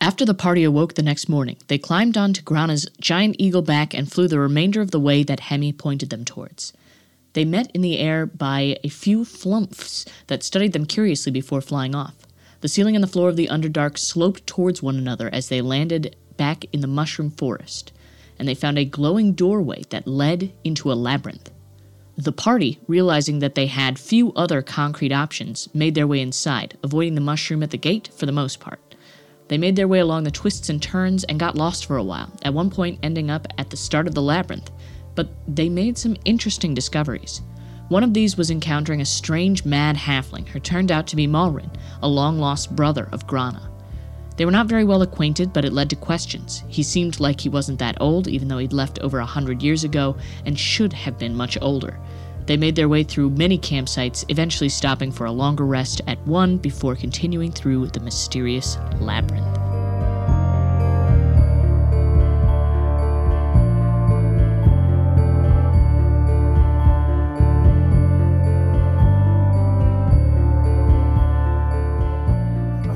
After the party awoke the next morning, they climbed onto Grana's giant eagle back and flew the remainder of the way that Hemi pointed them towards. They met in the air by a few flumphs that studied them curiously before flying off. The ceiling and the floor of the Underdark sloped towards one another as they landed back in the mushroom forest, and they found a glowing doorway that led into a labyrinth. The party, realizing that they had few other concrete options, made their way inside, avoiding the mushroom at the gate for the most part. They made their way along the twists and turns and got lost for a while, at one point ending up at the start of the labyrinth. But they made some interesting discoveries. One of these was encountering a strange mad halfling who turned out to be Malrin, a long lost brother of Grana. They were not very well acquainted, but it led to questions. He seemed like he wasn't that old, even though he'd left over a hundred years ago and should have been much older. They made their way through many campsites, eventually stopping for a longer rest at one before continuing through the mysterious labyrinth.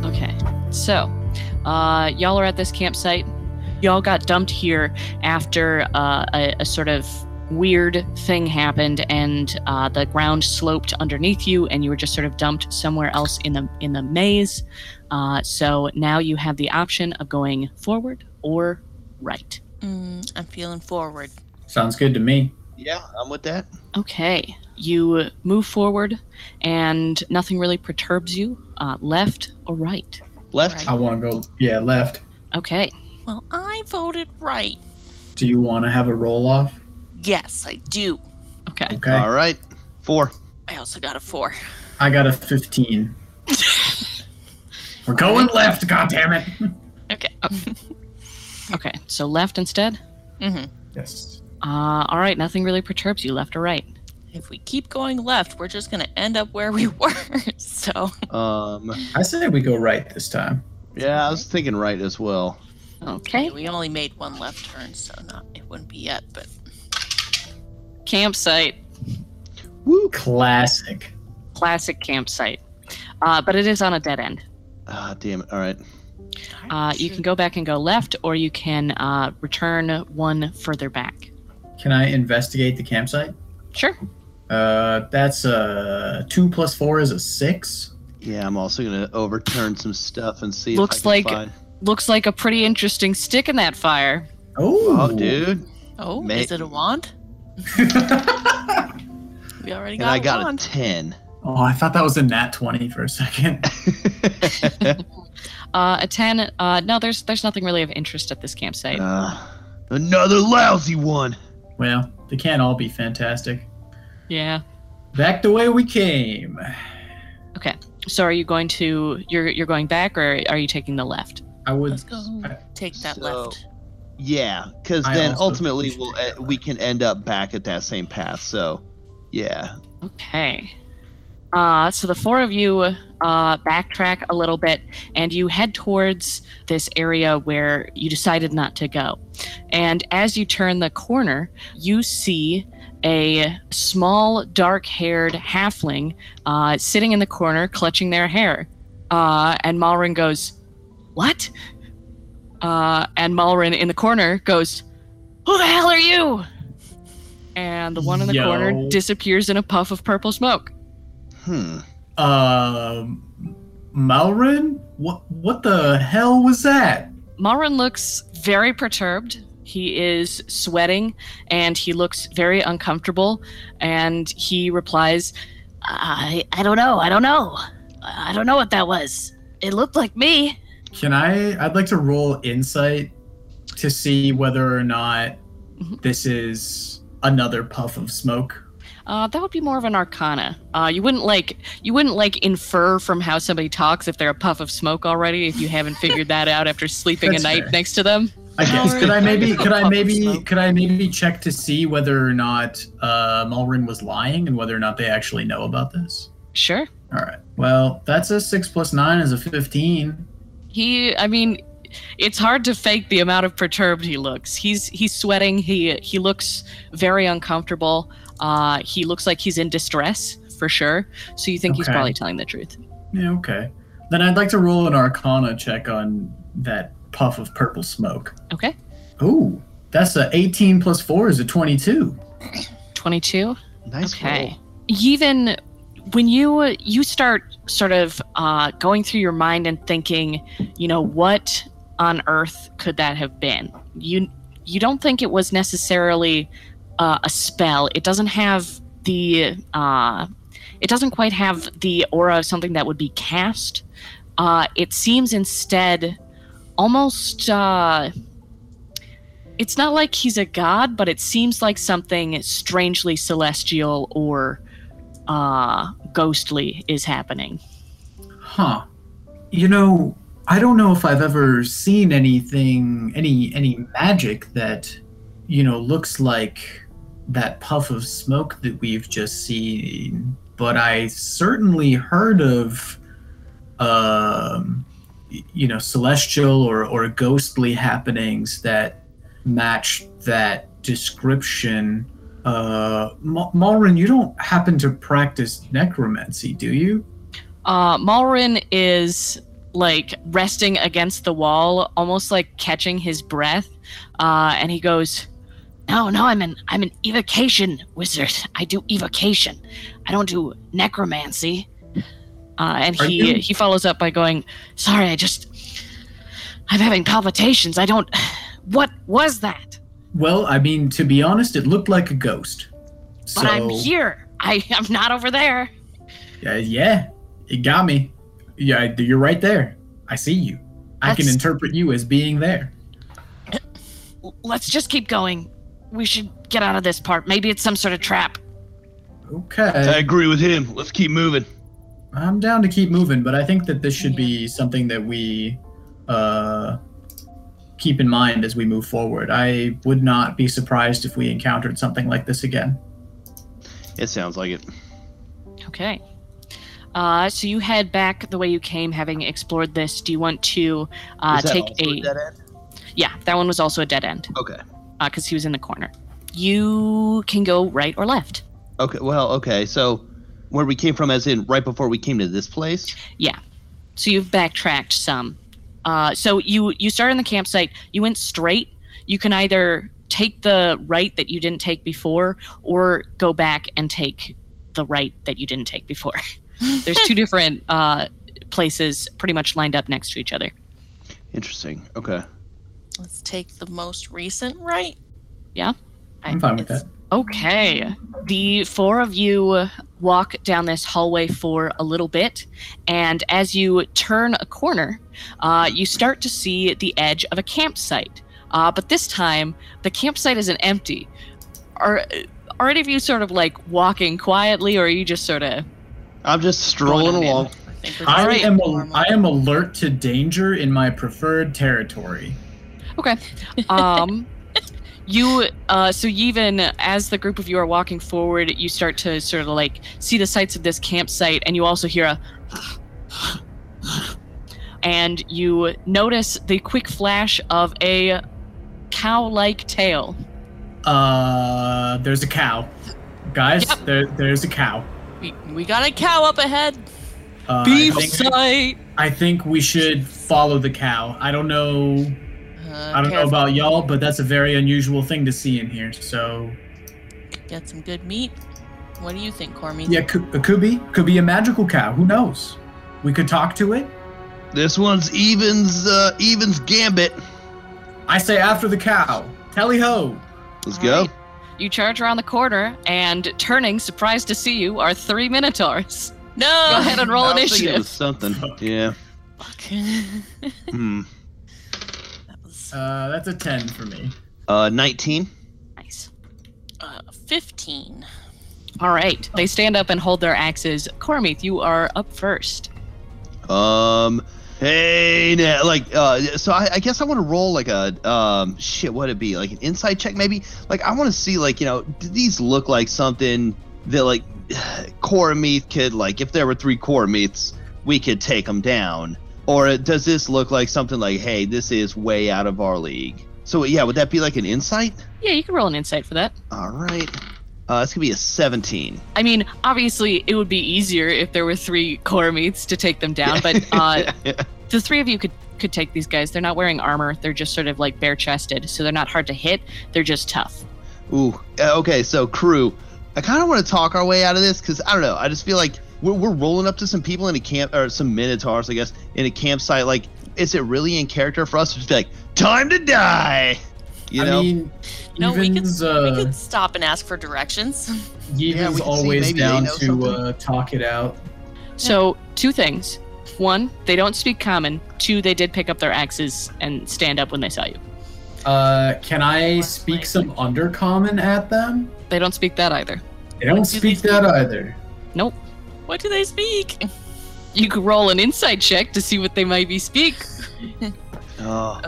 Okay, so uh, y'all are at this campsite. Y'all got dumped here after uh, a, a sort of weird thing happened, and uh, the ground sloped underneath you, and you were just sort of dumped somewhere else in the in the maze. Uh, so now you have the option of going forward or right. Mm, I'm feeling forward. Sounds good to me. Yeah, I'm with that. Okay, you move forward, and nothing really perturbs you. Uh, left or right? Left. I want to go, yeah, left. Okay. Well, I voted right. Do you want to have a roll off? Yes, I do. Okay. Okay. All right. Four. I also got a four. I got a 15. We're going left, goddammit. Okay. Oh. Okay. So left instead. hmm Yes. Uh, all right. Nothing really perturbs you. Left or right? If we keep going left, we're just gonna end up where we were. so Um. I say we go right this time. Yeah, I was thinking right as well. Okay. we only made one left turn, so not it wouldn't be yet. But Campsite. Woo. Classic. Classic campsite. Uh, but it is on a dead end. Ah, damn it. All right. Uh, you can go back and go left, or you can uh, return one further back. Can I investigate the campsite? Sure. Uh, that's uh two plus four is a six. Yeah, I'm also gonna overturn some stuff and see. Looks if I like- can find... Looks like a pretty interesting stick in that fire. Oh, Oh, dude. oh, Ma- is it a wand? We already And got, I a got a wand. ten. oh, I thought that was a nat twenty for a second. Uh, a ten. Uh, no, there's there's nothing really of interest at this campsite. Uh, another lousy one. well, they can't all be fantastic. yeah. Back the way we came. So are you going to you're you're going back, or are you taking the left? I would. Let's go. Take that So- left. Yeah, because I then also ultimately appreciate we'll that. uh, we can end up back at that same path. So, yeah. Okay. Uh, so the four of you uh, backtrack a little bit and you head towards this area where you decided not to go. And as you turn the corner, you see a small, dark haired halfling uh, sitting in the corner clutching their hair. Uh, and Malrin goes, What? Uh, and Malrin in the corner goes, Who the hell are you? And the one in the Yo. corner disappears in a puff of purple smoke. Hmm. Um, Malrin, what what the hell was that? Malrin looks very perturbed. He is sweating and he looks very uncomfortable. And he replies, I, I don't know. I don't know. I don't know what that was. It looked like me. Can I? I'd like to roll insight to see whether or not Mm-hmm. Mhm. this is another puff of smoke. Uh, that would be more of an arcana. Uh, you wouldn't like you wouldn't like infer from how somebody talks if they're a puff of smoke already if you haven't figured that out after sleeping a That's night fair. next to them. I guess. Malrin- Could I maybe? Could I Puff of maybe? smoke. Could I maybe check to see whether or not uh, Malrin was lying and whether or not they actually know about this? Sure. All right. Well, that's a six plus nine is a fifteen. He, I mean, it's hard to fake the amount of perturbed he looks. He's he's sweating. He he looks very uncomfortable. Uh, he looks like he's in distress for sure. So you think he's Okay. probably telling the truth. Yeah. Okay. Then I'd like to roll an Arcana check on that puff of purple smoke. Okay. Ooh, that's a 18 plus 4 is a 22. 22. Nice Okay. roll. even when you you start sort of uh, going through your mind and thinking, you know, what on earth could that have been? You you don't think it was necessarily uh, a spell. It doesn't have the uh, it doesn't quite have the aura of something that would be cast. Uh, it seems instead almost. Uh, it's not like he's a god, but it seems like something strangely celestial or uh, ghostly is happening. Huh. You know, I don't know if I've ever seen anything any any magic that you know looks like that puff of smoke that we've just seen, but I certainly heard of um y- you know celestial or or ghostly happenings that match that description. Uh, Ma- Malrin, you don't happen to practice necromancy, do you? Uh, Malrin is like resting against the wall, almost like catching his breath, uh, and he goes, "No, no, I'm an I'm an evocation wizard. I do evocation. I don't do necromancy." Uh, and Are he you- he follows up by going, "Sorry, I just I'm having palpitations. I don't. What was that? Well, I mean, to be honest, it looked like a ghost. But So, I'm here. I I'm not over there." Uh, yeah, it got me. Yeah, I- you're right there. I see you. I can That's- interpret you as being there. L- let's just keep going. We should get out of this part. Maybe it's some sort of trap. I Okay. agree with him. Let's keep moving. I'm down to keep moving, but I think that this should be something that we uh, keep in mind as we move forward. I would not be surprised if we encountered something like this again. It sounds like it. Okay. Uh, so you head back the way you came, having explored this. Do you want to uh, Is that take also a? dead end? yeah, that one was also a dead end Okay. because he was in the corner. You can go right or left. Okay. Well, okay. So where we came from, as in right before we came to this place. So you've backtracked some. Uh, so you you started in the campsite. You went straight. You can either take the right that you didn't take before, or go back and take the right that you didn't take before. There's two different uh, places, pretty much lined up next to each other. Interesting. Okay. Let's take the most recent right. I'm fine with that. Okay. The four of you walk down this hallway for a little bit, and as you turn a corner, uh, you start to see the edge of a campsite. Uh, but this time, the campsite isn't empty. Are are any of you sort of like walking quietly, or are you just sort of I'm just strolling Going on in. along. I, think we're I just am normal. a, I am alert to danger in my preferred territory. Okay. Um, you uh, so even as the group of you are walking forward, you start to sort of like see the sights of this campsite, and you also hear a. And you notice the quick flash of a cow-like tail. Uh, there's a cow, guys. Yep. There, there's a cow. We, we got a cow up ahead. Uh, I Beef think- sight. I think we should follow the cow. I don't know. I don't know about y'all, but that's a very unusual thing to see in here. So Get some good meat. What do you think, Cormy? yeah, could, it could be could be a magical cow. Who knows? We could talk to it. This one's evens. Uh, evens gambit. I say after the cow. Tally ho! Let's All go. right. You charge around the corner, and turning, surprised to see you, are three minotaurs. No. Go ahead and roll I was thinking it initiative. was something. Yeah. Fuck. that Hmm. was Uh, that's a ten for me. Uh, 19. Nice. uh, 15. All right. They stand up and hold their axes. Cormith, you are up first. Um. Hey, now, like, uh, so I, I guess I want to roll like a, um, shit, what'd it be? Like an inside check, maybe? Like, I want to see, like, you know, do these look like something that, like, Coromith could, like, if there were three Coromiths, we could take them down? Or does this look like something like, hey, this is way out of our league? So, yeah, would that be like an insight? Yeah, you can roll an insight for that. All right. Uh, it's going to be a 17. I mean, obviously, it would be easier if there were three core meets to take them down, but uh, the three of you could could take these guys. They're not wearing armor. They're just sort of like bare chested, so they're not hard to hit. They're just tough. Ooh. Uh, Okay, so crew, I kind of want to talk our way out of this because I don't know. I just feel like we're, we're rolling up to some people in a camp or some minotaurs, I guess, in a campsite. Like, is it really in character for us to just be like, time to die? You I know, mean, No, we could- Evans, We uh, could stop and ask for directions. Yevon's Yeah, we can see always maybe they down know to something. uh, talk it out. So two things: one, they don't speak common. Two, they did pick up their axes and stand up when they saw you. Uh, can I speak some undercommon at them? They don't speak that either. They don't do they speak that either. What do they speak? You could roll an insight check to see what they might be speak. oh,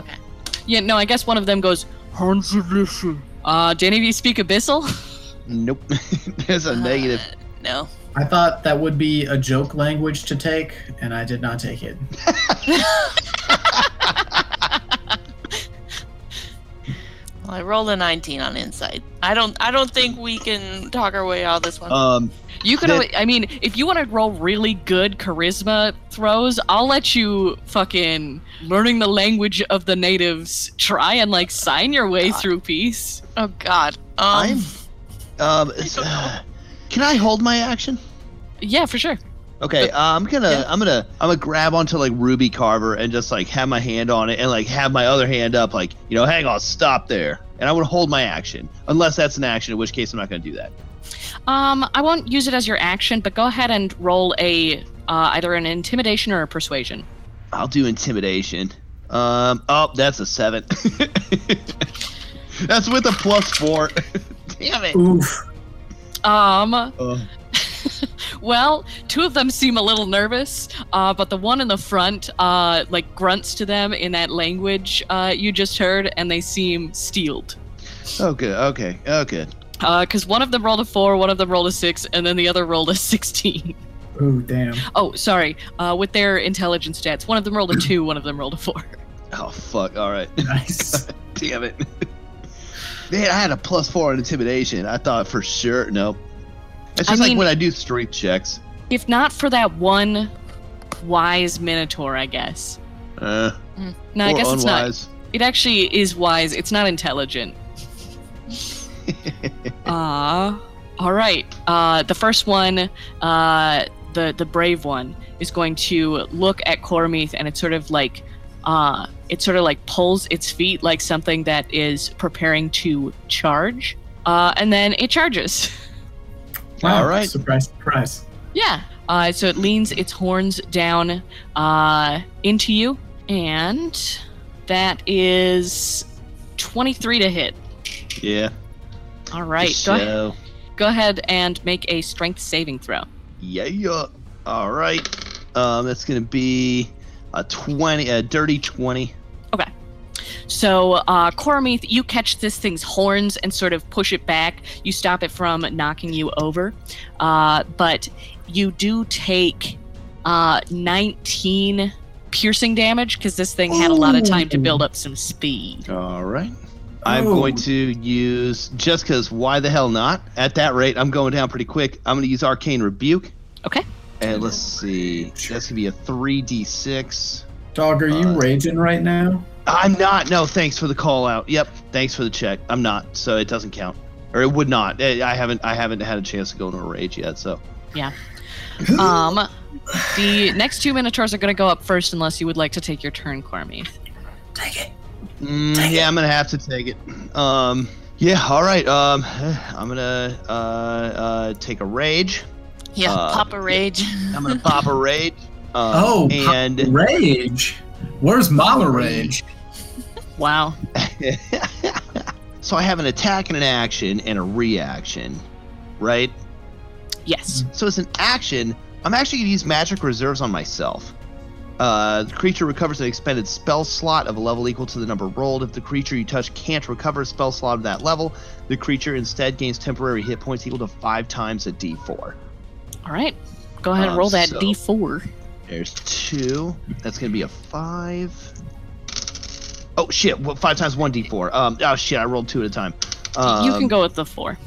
Yeah, no, I guess one of them goes. Hans Abyssal. Uh, do any of you speak Abyssal? nope. There's a Uh, negative. No. I thought that would be a joke language to take, and I did not take it. Well, I rolled a 19 on insight. I don't. I don't think we can talk our way out of this one. Um, You could. That- alwa- I mean, if you want to roll really good charisma throws, I'll let you fucking learning the language of the natives try and like sign your way God. through peace. oh God. Um, I'm. Um, can I hold my action? Yeah, for sure. Okay, uh, I'm gonna, Yeah. I'm gonna, I'm gonna grab onto like Ruby Carver and just like have my hand on it and like have my other hand up, like you know, hang on, stop there, and I would hold my action unless that's an action, in which case I'm not gonna do that. Um, I won't use it as your action, but go ahead and roll a uh, either an intimidation or a persuasion. I'll do intimidation. Um, oh, that's a seven. that's with a plus four. Damn it. Oof. Um, Uh, well, two of them seem a little nervous, uh, but the one in the front, uh, like grunts to them in that language uh, you just heard, and they seem steeled. oh, good. Okay. Oh, good. because Uh, one of them rolled a four, one of them rolled a six, and then the other rolled a sixteen. Ooh, damn. Oh, sorry. Uh, with their intelligence stats, one of them rolled a two, one of them rolled a four. Oh fuck. All right. Nice. Damn it. Man, I had a plus four on intimidation. I thought for sure. No. It's I just like mean- when I do strength checks. If not for that one wise minotaur, I guess. Uh, No, I or guess it's not. unwise. It actually is wise. It's not intelligent. Ah. all right. Uh, the first one, uh, the the brave one, is going to look at Cormeath, and it's sort of like, uh, it sort of like pulls its feet like something that is preparing to charge, uh, and then it charges. Wow, All right. Surprise, surprise. yeah. Uh, so it leans its horns down uh, into you, and that is twenty three to hit. Yeah. All right. Go ahead. So, Go ahead and make a strength saving throw. yeah, yeah. All right. Um, that's gonna be a twenty, a dirty twenty. So, uh, Cormeath, you catch this thing's horns and sort of push it back. You stop it from knocking you over. Uh, but you do take uh, 19 piercing damage because this thing had a lot of time to build up some speed. All right. I'm Oh. going to use just because why the hell not? At that rate, I'm going down pretty quick. I'm going to use Arcane Rebuke. Okay. And let's see. That's going to be a 3d6. Dog, are you Uh, raging right now? I'm not. No, thanks for the call out. Yep. Thanks for the check. I'm not. So it doesn't count. Or it would not. Eh, I haven't I haven't had a chance to go into a rage yet, so. Um, the next two Minotaurs are going to go up first unless you would like to take your turn, Cormeath. Mm, yeah, I'm gonna have to take it. Um, yeah, all right. Um, I'm gonna uh, uh, take a rage. yeah. uh, pop a rage. I'm gonna pop a rage. Um, Oh, pop- and Rage? Where's Mala Rage? Wow. so I have an attack and an action and a reaction, right? Yes. So as an action, I'm actually going to use magic reserves on myself. Uh, the creature recovers an expended spell slot of a level equal to the number rolled. If the creature you touch can't recover a spell slot of that level, the creature instead gains temporary hit points equal to five times a d4. All right. Go ahead and Um, roll that so- d4. There's two. That's going to be a five. Oh shit! Well, five times one d4. Um. Oh shit! I rolled two at a time. Um, you can go with the four.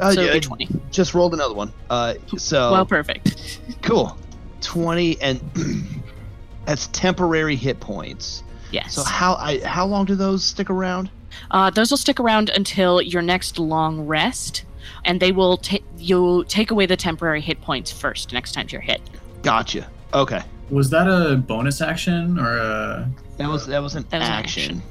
uh, so yeah, it'd be 20. just rolled another one. Uh, so Well, perfect. cool. 20 and that's temporary hit points. Yes. So how I how long do those stick around? Uh, those will stick around until your next long rest, and they will ta- you'll take away the temporary hit points first next time you're hit. Gotcha. Okay. Was that a bonus action or uh, a? That was that was an That was an action.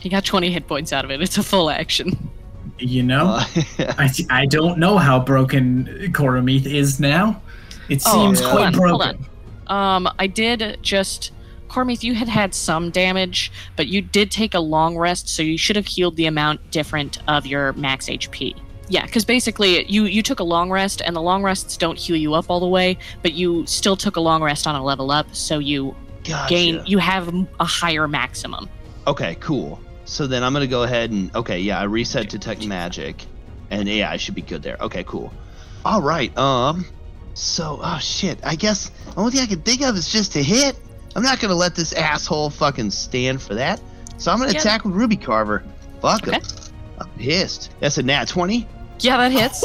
You got 20 hit points out of it. It's a full action. You know, Uh, I, I don't know how broken Koromith is now. It Oh, seems yeah. quite hold on, hold broken. Um, I did just. Cormith, you had had some damage, but you did take a long rest, so you should have healed the amount different of your max HP. Yeah, because basically you you took a long rest, and the long rests don't heal you up all the way, but you still took a long rest on a level up, so you gotcha. gain you have m- a higher maximum. Okay, cool. So then I'm gonna go ahead and okay, yeah, I reset detect magic, and yeah, I should be good there. Okay, cool. All right. Um. So oh shit, I guess the only thing I can think of is just to hit. I'm not gonna let this asshole fucking stand for that. So I'm gonna Yeah. attack with Ruby Carver. Fuck him. Okay. I'm pissed. That's a nat twenty. Yeah, that hits.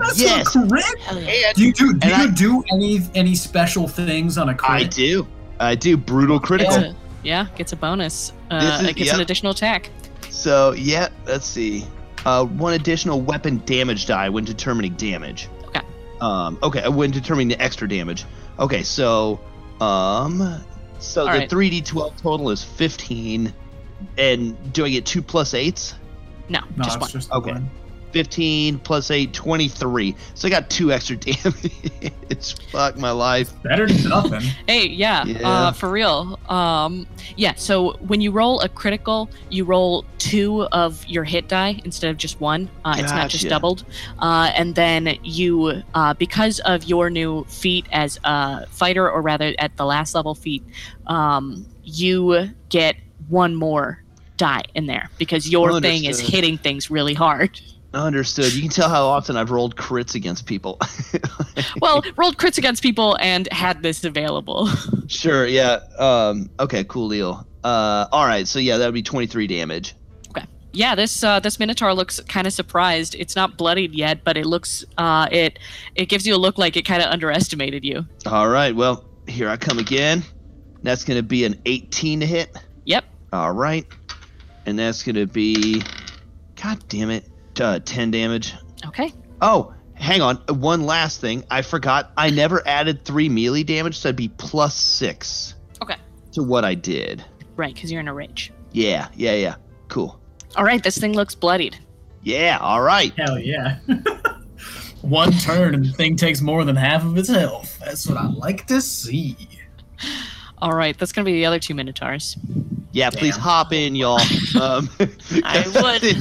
that's Yes. a crit. Hell yeah. And Do you do, do, And you I- do any any special things on a crit? I do. I do brutal Gets critical. a, yeah, gets a bonus. Uh, This is- it gets yeah. an additional attack. So yeah, let's see. Uh, one additional weapon damage die when determining damage. Okay. Um. Okay. uh, When determining the extra damage. Okay. So, um, so All the right. 3d12 total is 15, and doing it two plus eights. No, No, just it's one. just the Okay. one. 15 plus 8, 23. So I got two extra damage. Fuck my life. Better than nothing. Hey, yeah, Yeah. Uh, for real. Um, yeah, so when you roll a critical, you roll two of your hit die instead of just one. Uh, It's not just Gotcha. doubled. Uh, and then you, uh, because of your new feat as a fighter, or rather at the last level feat, um, you get one more die in there because your thing is Oh, Understood. hitting things really hard. Understood. You can tell how often I've rolled crits against people. well, rolled crits against people and had this available. Sure. Yeah. Um. Okay. Cool deal. Uh. All right. So yeah, that would be twenty three damage. yeah this uh, this minotaur looks kind of surprised it's not bloodied yet but it looks uh, it it gives you a look like it kind of underestimated you All right. Well, here I come again. That's gonna be an eighteen to hit. yep All right. And that's gonna be, god damn it, uh, ten damage. okay Oh, hang on. One last thing. I forgot. I never added three melee damage, so that'd be plus six. Okay. To what I did. right because you're in a rage Yeah. Yeah. Yeah. Cool. all right this thing looks bloodied Yeah. All right. Hell yeah. one turn and the thing takes more than half of its health. That's what I like to see. all right that's gonna be the other two minotaurs Yeah. Please Damn. hop in, y'all. Um, I would.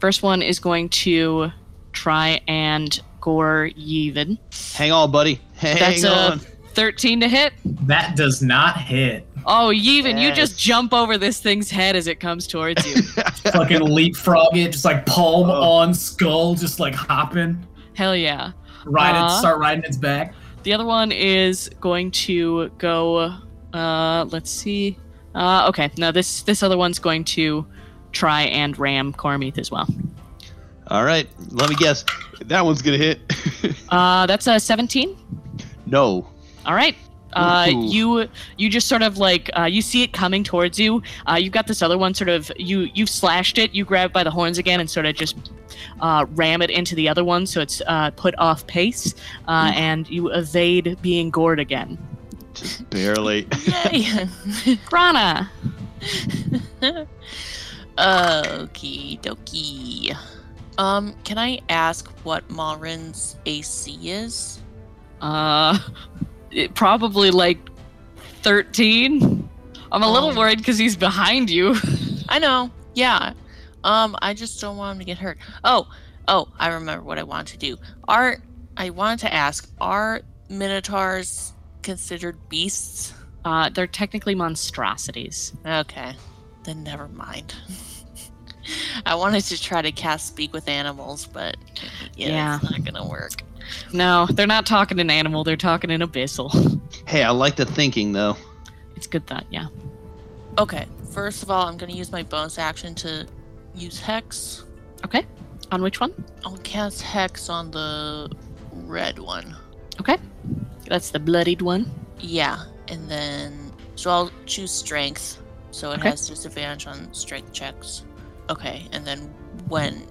first one is going to try and gore Yevon. Hang on, buddy. Hang That's a- on. 13 to hit That does not hit. oh Yevon, you just Yes. jump over this thing's head as it comes towards you Fucking leapfrog it, just like palm Oh. on skull, just like hopping, hell yeah ride it, Uh-huh. start riding its back. The other one is going to go. Uh, let's see. Uh, okay, now this this other one's going to try and ram Cormith as well. All right, let me guess. That one's gonna hit. Uh, that's a 17. no. All right. Uh, Ooh. you you just sort of like uh, you see it coming towards you. Uh, you've got this other one sort of you you've slashed it. You grab it by the horns again and sort of just uh, ram it into the other one, so it's uh, put off pace, uh, Ooh. and you evade being gored again. Just barely. Yay. Grana. Okie dokie. Um, can I ask what Marin's AC is? Uh, it, probably like 13. I'm a little Oh. worried because he's behind you. I know. Yeah. Um, I just don't want him to get hurt. Oh, oh, I remember what I wanted to do. Are I wanted to ask, are Minotaurs considered beasts? Uh, they're technically monstrosities. Okay. Then never mind. I wanted to try to cast speak with animals, but yeah, Yeah. it's not gonna work. No, they're not talking an animal, they're talking an abyssal. hey, I like the thinking though. It's good thought, yeah. Okay, first of all, I'm gonna use my bonus action to use hex. On which one? I'll cast hex on the red one. That's the bloodied one. Yeah, and then so I'll choose strength so it Okay. has disadvantage on strength checks. Okay, and then when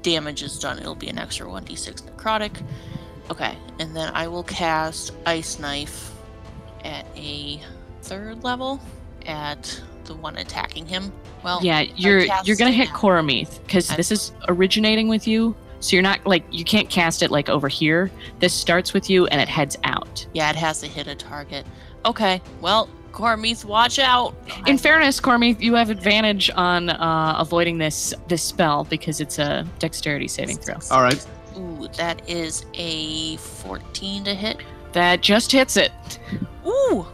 damage is done, it'll be an extra 1d6 necrotic. Okay, and then I will cast Ice Knife at a third level at the one attacking him. Well, Oh, yeah, you're you're gonna casting hit it. Coromith because I'm- this is originating with you. So you're not like you can't cast it like over here. This starts with you and it heads out. yeah, it has to hit a target. Okay, well, Cormith, watch out. In I- fairness, Cormith, you have advantage on uh, avoiding this this spell because it's a dexterity saving throw. All right. Ooh, that is a 14 to hit. That just hits it. Ooh.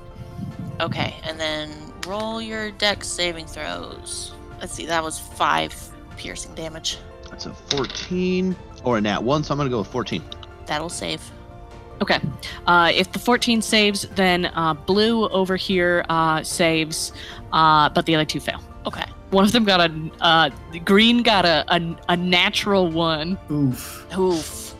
Okay, and then roll your dex saving throws. Let's see, that was five piercing damage. That's a 14 or a nat one, so I'm gonna go with 14. That'll save. Okay. Uh, if the 14 saves, then uh, blue over here uh, saves, uh, but the other two fail. Okay. One of them got a uh, the green got a, a a natural one. Oof. Oof.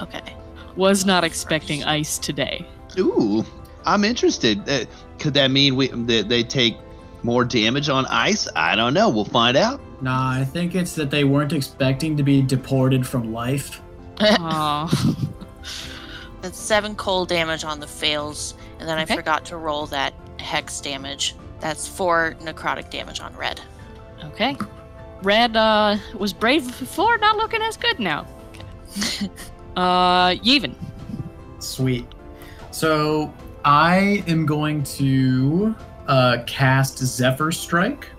Okay. Was not expecting ice today. Ooh, I'm interested. Uh, could that mean we that they take more damage on ice? I don't know. We'll find out. Nah, I think it's that they weren't expecting to be deported from life. Aw. That's seven cold damage on the fails, and then Okay. I forgot to roll that hex damage. That's four necrotic damage on red. okay. Red uh, was brave before, not looking as good now. uh, Yevon. Sweet. So I am going to uh, cast Zephyr Strike.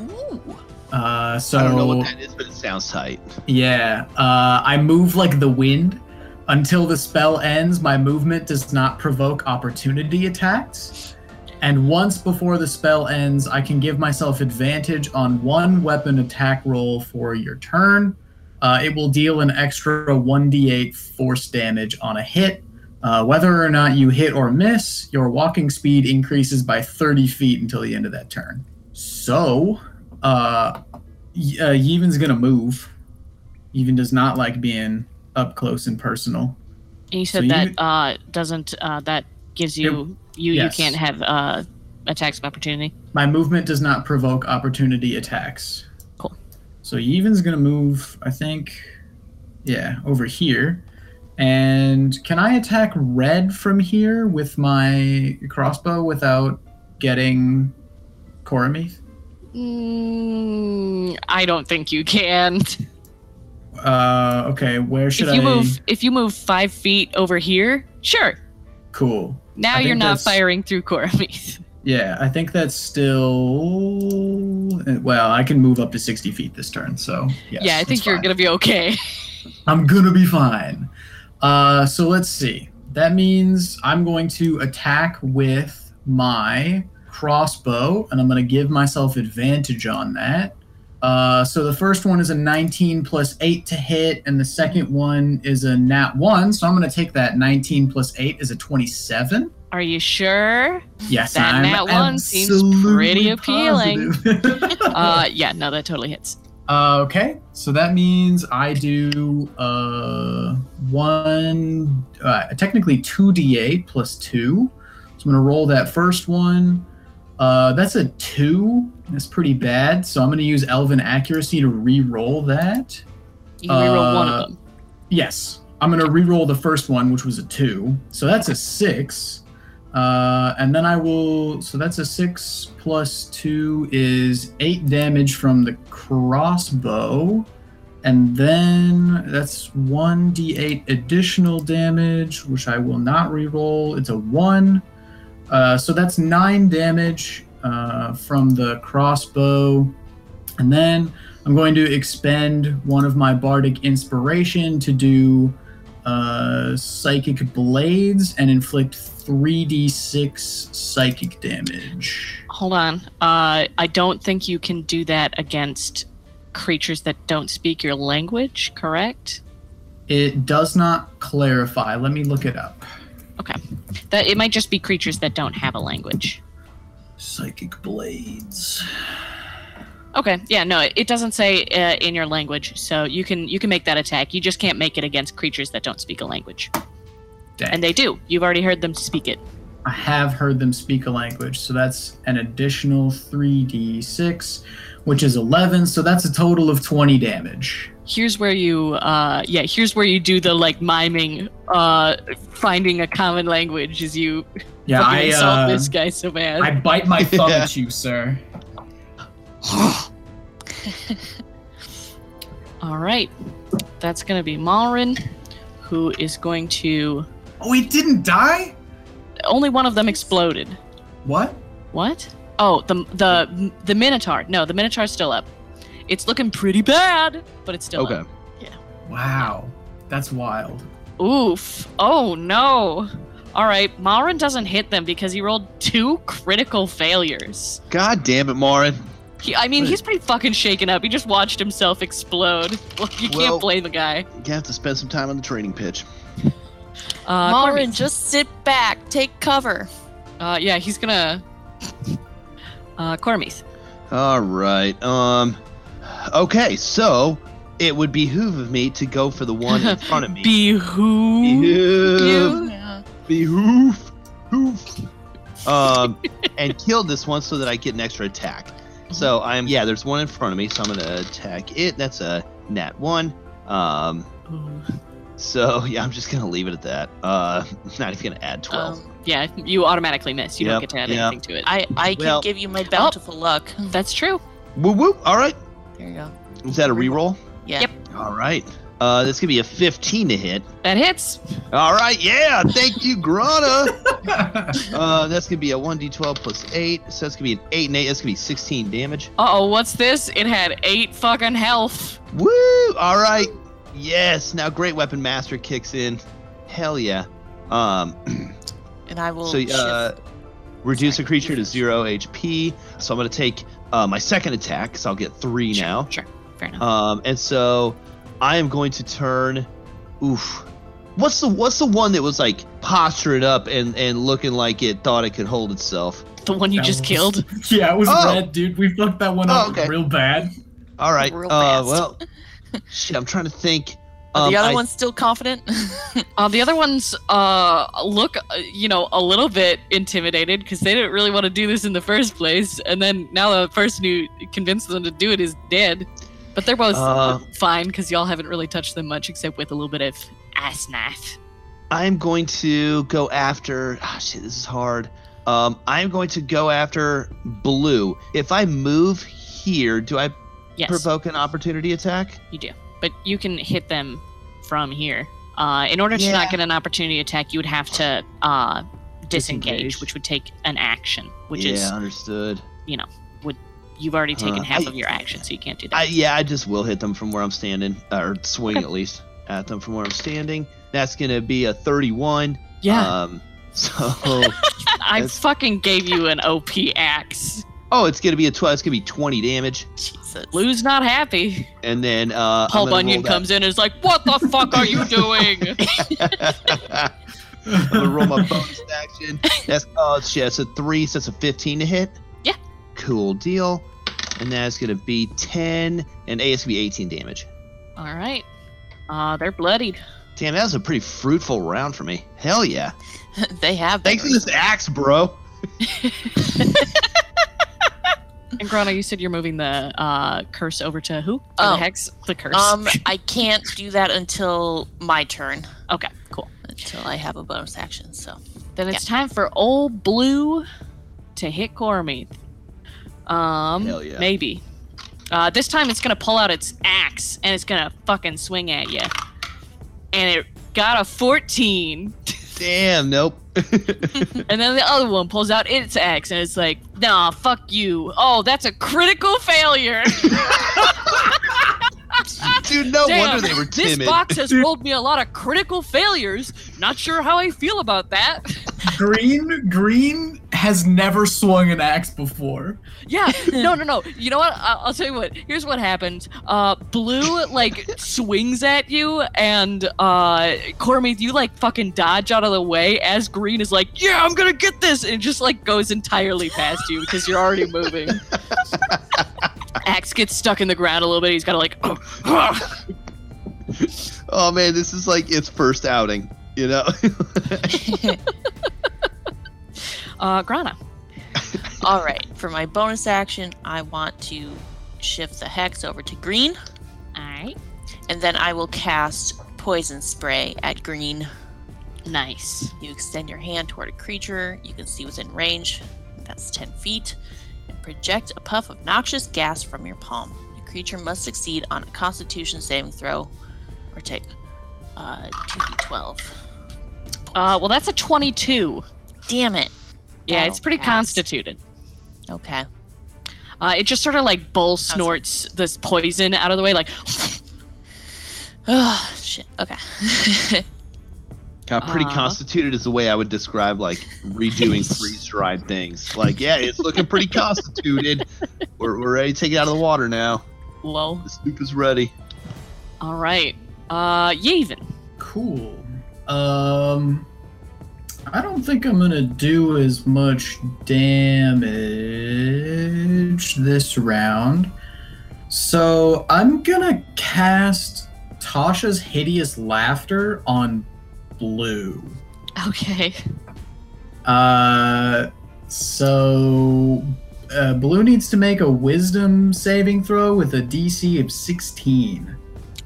Ooh. Uh, so I don't know what that is, but it sounds tight. Yeah, uh, I move like the wind. Until the spell ends, my movement does not provoke opportunity attacks. And once before the spell ends, I can give myself advantage on one weapon attack roll for your turn. Uh, it will deal an extra 1d8 force damage on a hit. Uh, whether or not you hit or miss, your walking speed increases by 30 feet until the end of that turn. So, uh, y- uh, Yevon's gonna move. Yevon does not like being up close and personal. And you said So that you- uh, doesn't uh, that gives you you yes. you can't have uh, attacks of opportunity. My movement does not provoke opportunity attacks. Cool. So Yevon's gonna move, I think, yeah, over here. And can I attack red from here with my crossbow without getting Koromith? Mm, I don't think you can. Uh, okay, where should if you I? move, if you move five feet over here, sure. Cool. I Now think you're not that's- firing through Coromith. Yeah, I think that's still. Well, I can move up to 60 feet this turn, so. Yes, yeah, I that's think you're fine. gonna be okay. I'm gonna be fine. Uh, so let's see. That means I'm going to attack with my crossbow, and I'm gonna give myself advantage on that. Uh, so the first one is a 19 plus 8 to hit, and the second one is a nat 1. So I'm gonna take that 19 plus 8 is a 27. Are you sure? Yes, That I'm nat 1 seems pretty absolutely appealing. positive. Uh, yeah, no, that totally hits. Uh, okay, so that means I do uh, one, uh, technically 2d8 plus 2. So I'm going to roll that first one. Uh, that's a 2. That's pretty bad. So I'm going to use Elven Accuracy to re roll that. You can reroll one Uh, of them. Yes. I'm going to re-roll the first one, which was a two. So that's a six. Uh, and then I will. So that's a six plus two is eight damage from the crossbow. And then that's 1d8 additional damage, which I will not re-roll. It's a one. Uh, so that's nine damage uh, from the crossbow. And then I'm going to expend one of my bardic inspiration to do uh, psychic blades and inflict 3d6 psychic damage. Hold on. Uh, I don't think you can do that against creatures that don't speak your language. Correct? It does not clarify. Let me look it up. That it might just be creatures that don't have a language. Psychic blades. Okay. Yeah. No, it, it doesn't say uh, in your language, so you can you can make that attack. You just can't make it against creatures that don't speak a language, Dang. and they do. You've already heard them speak it. I have heard them speak a language, so that's an additional 3d6, which is 11, so that's a total of 20 damage. Here's where you, uh, yeah, here's where you do the like miming, uh, finding a common language as you Yeah, fucking I insult uh, this guy so bad. I bite my thumb Yeah. at you, sir. All right, that's gonna be Malrin, who is going to. Oh, he didn't die? Only one of them exploded. What? What? Oh, the the the Minotaur. No, the Minotaur's still up. It's looking pretty bad, but it's still Okay. up. Wow. That's wild. Oof. Oh no. All right, Malrin doesn't hit them because he rolled two critical failures. God damn it, Marin. He, I mean, Right. he's pretty fucking shaken up. He just watched himself explode. Like, you Well- can't blame the guy. You have to spend some time on the training pitch. Uh, Malrin, just sit back. Take cover. Cormith- uh, yeah, he's gonna. Uh, Cormith. All right. Um. Okay, so it would behoove of me to go for the one in front of me. Behoo. behoove. Yeah. Behoof. Hoof. Um, and kill this one so that I get an extra attack. So I'm yeah. There's one in front of me, so I'm gonna attack it. That's a nat one. Um. So yeah, I'm just gonna leave it at that. Uh, not even gonna add twelve. Um, Yeah, you automatically miss. You Yep, don't get to add yep. anything to it. I I can Well- give you my bountiful luck. That's true. Woo woo. All right. Oh. There you go. Is that a reroll? Yeah. Yep. All right. Uh, this could be a 15 to hit. That hits. All right, yeah, thank you, Grana. uh, that's gonna be a 1d12 plus 8, so that's gonna be an 8 and 8, that's gonna be 16 damage. Uh oh, what's this? It had eight fucking health. Woo! All right, yes, now Great Weapon Master kicks in. Hell yeah. Um, And I will. so, uh, shift. reduce Sorry, a creature you to first. 0 HP, so I'm gonna take uh, my second attack, so I'll get 3 Sure, now. Sure. Fair enough. Um, and so I am going to turn. Oof. What's the what's the one that was like posturing up and and looking like it thought it could hold itself? the one you That just was- killed. Yeah, it was Oh. red, dude. We fucked that one Oh, up okay. real bad. All right. Real uh, fast. well, shit. I'm trying to think. Are the Um, other I- one's still confident. Uh, the other ones uh, look, uh, you know, a little bit intimidated because they didn't really want to do this in the first place. And then now the person who convinced them to do it is dead. But they're both Uh. fine because y'all haven't really touched them much except with a little bit of ass knife. I'm going to go after. Ah, shit, this is hard. Um, I'm going to go after blue. If I move here, do I Yes, provoke an opportunity attack? you do. But you can hit them from here. Uh, in order to not Yeah. get an opportunity attack, you would have to uh, disengage, Disengage. which would take an action, which yeah, is understood. you've already taken Huh. half Uh, I- of your action, so you can't do that. I, yeah, I just will hit them from where I'm standing, or swing at least at them from where I'm standing. That's gonna be a 31. Um, so, Uh, I that's- fucking gave you an OP axe. oh, it's gonna be a 12. It's gonna be 20 damage, Jesus. Blue's not happy. and then uh, I'm Paul gonna Bunyan roll comes in and is like, "What the fuck are you doing?" that- I'm gonna roll my bonus action. That's oh shit. That's a three. So that's a 15 to hit. Yeah. Cool deal. And that's gonna be 10, and A is gonna be 18 damage. All right. Uh, they're bloodied. Damn, that was a pretty fruitful round for me. Hell yeah. they have. Thanks to those. this axe, bro. And Grana, you said you're moving the uh, curse over to who? Or Oh. the hex, the curse. Um, I can't do that until my turn. okay, cool. Until I have a bonus action. So. Then it's time for old blue to hit Cormith. Um, Hell yeah. maybe. Uh, this time it's gonna pull out its axe and it's gonna fucking swing at you. And it got a 14. Damn, nope. And then the other one pulls out its axe and it's like, nah, fuck you. Oh, that's a critical failure. Dude, no Damn, wonder they were This timid. box has rolled me a lot of critical failures. Not sure how I feel about that. Green Green has never swung an axe before. Yeah, no, no, no. You know what? I'll, I'll tell you what. Here's what happens. Uh, Blue like swings at you, and uh, Cormith, you like fucking dodge out of the way as Green is like, "Yeah, I'm gonna get this," and it just like goes entirely past you because you're already moving. Axe gets stuck in the ground a little bit. He's gotta like, oh man, this is like its first outing, you know? uh, Grana. All right. For my bonus action, I want to shift the hex over to green, All right. and then I will cast poison spray at green. Nice. You extend your hand toward a creature you can see within range, that's 10 feet, and project a puff of noxious gas from your palm. The creature must succeed on a constitution saving throw or take uh, 2d12. Uh, well, that's a 22. Damn it. Yeah, That'll it's pretty pass. constituted. Okay. Uh, it just sort of like bull snorts this poison out of the way, like, Oh, shit. Okay. Kind of pretty Uh-huh. constituted is the way I would describe like redoing freeze dried things. Like, yeah, it's looking pretty constituted. We're, we're ready to take it out of the water now. whoa. The soup is ready. All right. Uh, Yavin. Cool. Um, I don't think I'm gonna do as much damage this round. So I'm gonna cast Tasha's Hideous Laughter on blue. Okay. Uh, so uh, blue needs to make a Wisdom saving throw with a DC of 16.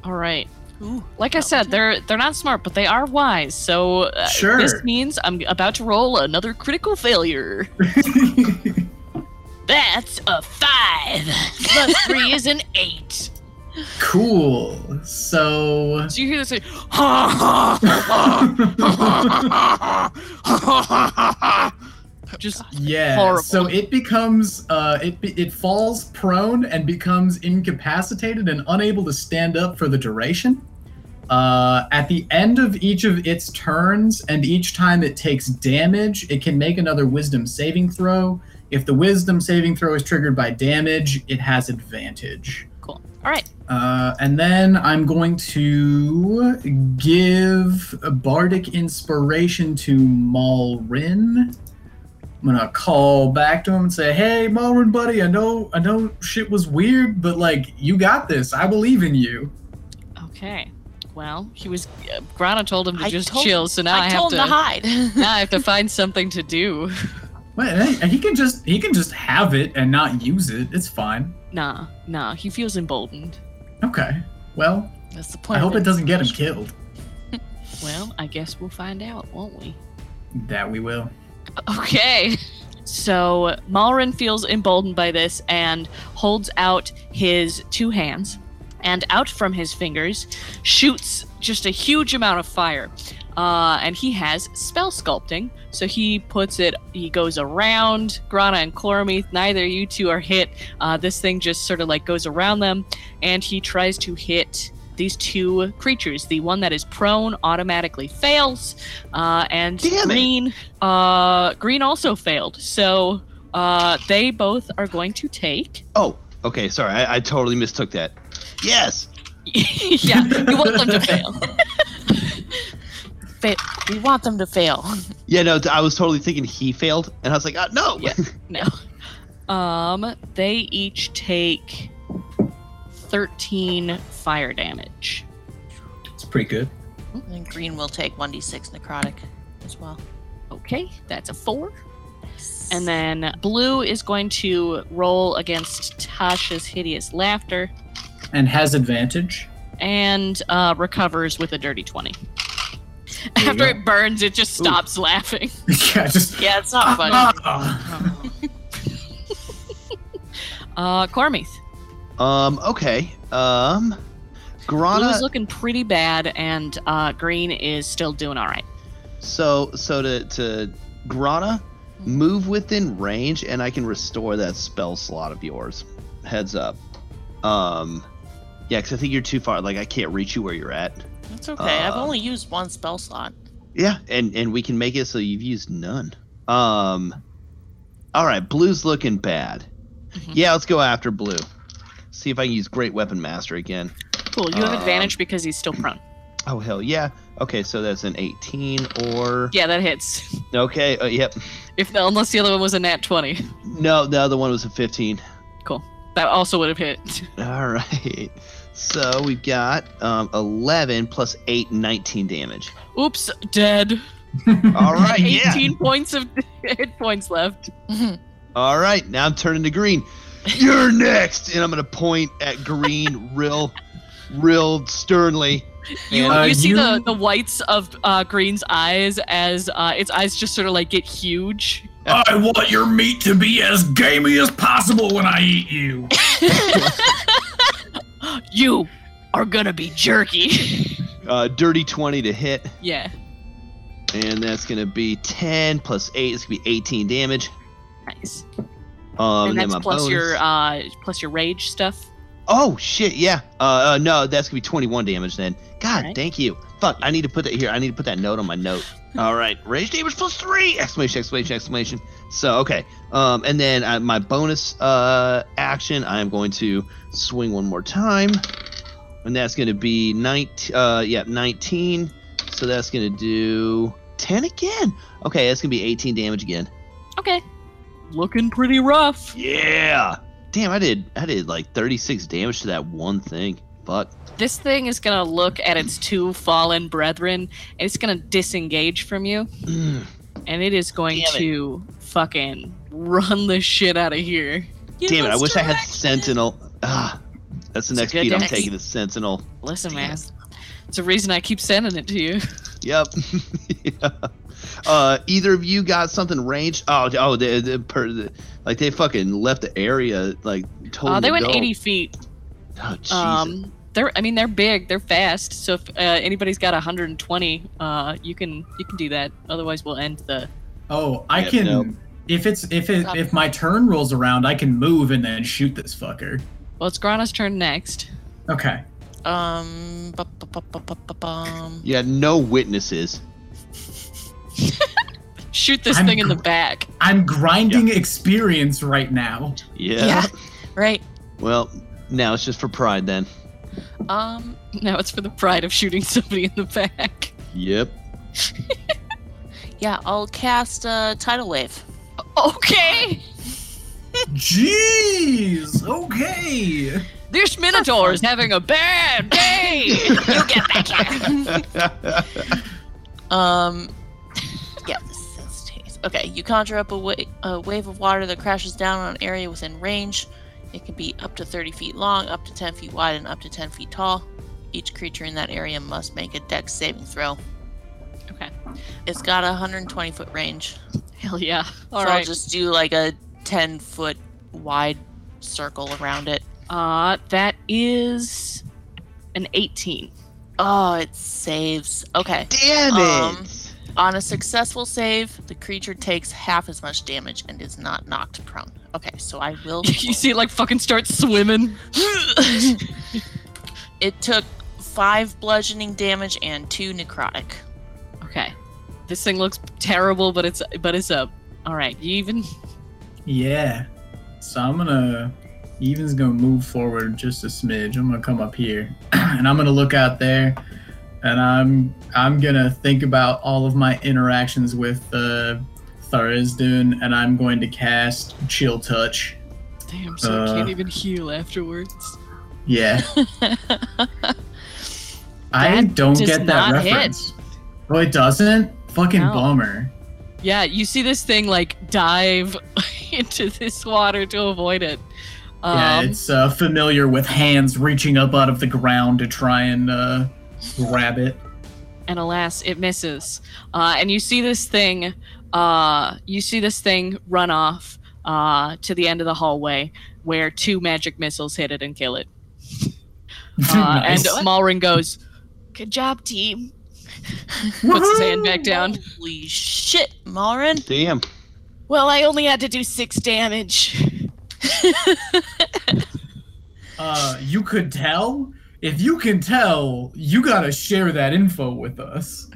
All right. Ooh, Like I said, they're they're not smart, but they are wise. So uh, Sure. this means I'm about to roll another critical failure. That's a five. Plus three is an eight. cool. So So you hear this? Like, ha, ha, ha. Just Yeah. Horrible. So it becomes uh, it be- it falls prone and becomes incapacitated and unable to stand up for the duration. Uh, at the end of each of its turns and each time it takes damage, it can make another Wisdom saving throw. If the Wisdom saving throw is triggered by damage, it has advantage. cool. All right. Uh, and then I'm going to give a bardic inspiration to Malrin. I'm gonna call back to him and say, "Hey, Malrin, buddy, I know, I know, shit was weird, but like, you got this. I believe in you." Okay. Well, he was. Uh, Grana told him to I just told- chill, so now I, I have told to. him to hide. now I have to find something to do. Wait, hey, he can just he can just have it and not use it. It's fine. Nah, nah. He feels emboldened. Okay. Well, That's the point. I of hope it doesn't get him killed. Well, I guess we'll find out, won't we? That we will. Okay. So Malrin feels emboldened by this and holds out his two hands, and out from his fingers shoots just a huge amount of fire. Uh, and he has spell sculpting, so he puts it. He goes around Grana and Chlorometh. Neither you two are hit. Uh, this thing just sort of like goes around them, and he tries to hit these two creatures. The one that is prone automatically fails, uh, and Damn it. Green uh, Green also failed. So uh, they both are going to take. Oh, okay. Sorry. I, I totally mistook that. Yes. yeah, you want them to fail. it. We want them to fail. Yeah, no, I was totally thinking he failed. And I was like, uh, no. Yeah. Um, they each take thirteen fire damage. It's pretty good. And green will take 1d6 necrotic as well. Okay, that's a four. And then blue is going to roll against Tasha's hideous laughter And has advantage. and uh, recovers with a dirty twenty. There you After go. it burns, it just stops laughing. yeah, just. Yeah, it's not Ah. funny. Uh, Cormith, Um, okay. Um, Grana. blue's looking pretty bad, and uh, green is still doing all right. So so to to Grana, move within range, and I can restore that spell slot of yours. Heads up. Um, yeah, because I think you're too far. Like I can't reach you where you're at. It's okay. I've Uh, only used one spell slot. Yeah, and and we can make it so you've used none. Um, all right, Blue's looking bad. Mhm. Yeah, let's go after Blue. See if I can use Great Weapon Master again. Cool, you have Uh. Um, advantage because he's still prone. Oh hell yeah. Okay, so that's an 18 or Yeah, that hits. okay. Uh, yep. If the, unless the other one was a nat twenty, No, the other one was a 15. that also would have hit. All right. So we've got um, 11 plus 8, 19 damage. Oops, dead. All right, yeah. 18 points of hit points left. All right, now I'm turning to green. You're next, and I'm gonna point at green real, real sternly. You, And- Uh, you see you- the, the whites of uh, Green's eyes as uh, its eyes just sort of like get huge. I want your meat to be as gamey as possible when I eat you. You are gonna be jerky. uh, dirty twenty to hit, yeah, and that's gonna be ten plus eight. It's gonna be eighteen damage. nice. Um, and then that's my plus bonus- your uh, plus your rage stuff. Oh shit! Yeah. Uh, uh, no, that's gonna be twenty-one damage then. God, Alright. thank you. Fuck, I need to put that here. I need to put that note on my note. All right, rage damage plus three! Exclamation! Exclamation! Exclamation! So okay. Um, and then uh, my bonus uh action, I am going to swing one more time, and that's gonna be nineteen. Uh, yeah, nineteen. So that's gonna do ten again. Okay, that's gonna be eighteen damage again. Okay, looking pretty rough. Yeah. Damn, I did. I did like thirty-six damage to that one thing. Fuck. This thing is gonna look at its two fallen brethren, and it's gonna disengage from you, and it is going Damn it. to fucking run the shit out of here. Damn it! I wish I had Sentinel. Ah, that's the It's next a good beat I'm deck. taking. The Sentinel. Listen, Damn. man, it's the reason I keep sending it to you. Yep. yeah. Uh, either of you got something ranged? Oh, oh, they, they, per, the, like they fucking left the area like totally. Uh, they went dull. 80 feet. Oh, Jesus. Um, they're I mean they're big, they're fast. So if uh, anybody's got 120, uh, you can you can do that. Otherwise, we'll end the. Oh, I Yep, can. nope. If it's if it if my turn rolls around, I can move and then shoot this fucker. Well, it's Grana's turn next. Okay. Um. bu- bu- bu- bu- bu- bu- bum. yeah, no witnesses. Shoot this I'm thing in the gr- back. I'm grinding experience right now. Yeah. Yeah. Right. Well, now it's just for pride then. Um. Now it's for the pride of shooting somebody in the back. Yep. Yeah. I'll cast uh, tidal wave. Okay, Jeez. Okay. this Minotaur is having a bad day. You get back here. um. Yeah. This is taste. Okay. You conjure up a, wa- a wave of water that crashes down on an area within range. It can be up to 30 feet long, up to 10 feet wide, and up to 10 feet tall. Each creature in that area must make a dex saving throw. Okay. It's got a 120 foot range. Hell yeah! All so right. I'll just do like a 10 foot wide circle around it. Uh, that is an 18. Oh, it saves. Okay. Damn it. Um, On a successful save, the creature takes half as much damage and is not knocked prone. Okay, so I will. you see, it like fucking start swimming. it took five bludgeoning damage and two necrotic. Okay. This thing looks terrible, but it's but it's up. All right, you even. Yeah. So I'm gonna Even's gonna move forward just a smidge. I'm gonna come up here and I'm gonna look out there and I'm I'm gonna think about all of my interactions with uh Tharizdun and I'm going to cast Chill Touch. Damn, so it Uh. can't even heal afterwards. Yeah. I That don't does get that not hit. reference. Oh it doesn't? Fucking No. bummer. Yeah, you see this thing like dive into this water to avoid it. Um, yeah, it's uh, familiar with hands reaching up out of the ground to try and uh, grab it. and alas, it misses. Uh, and you see this thing, uh, you see this thing run off uh, to the end of the hallway, where two magic missiles hit it and kill it. Uh, Nice. And Malrin goes, "Good job, team." Puts his hand back down. Holy shit, Malrin. Damn. Well, I only had to do six damage. Uh, you could tell? If you can tell, you gotta share that info with us.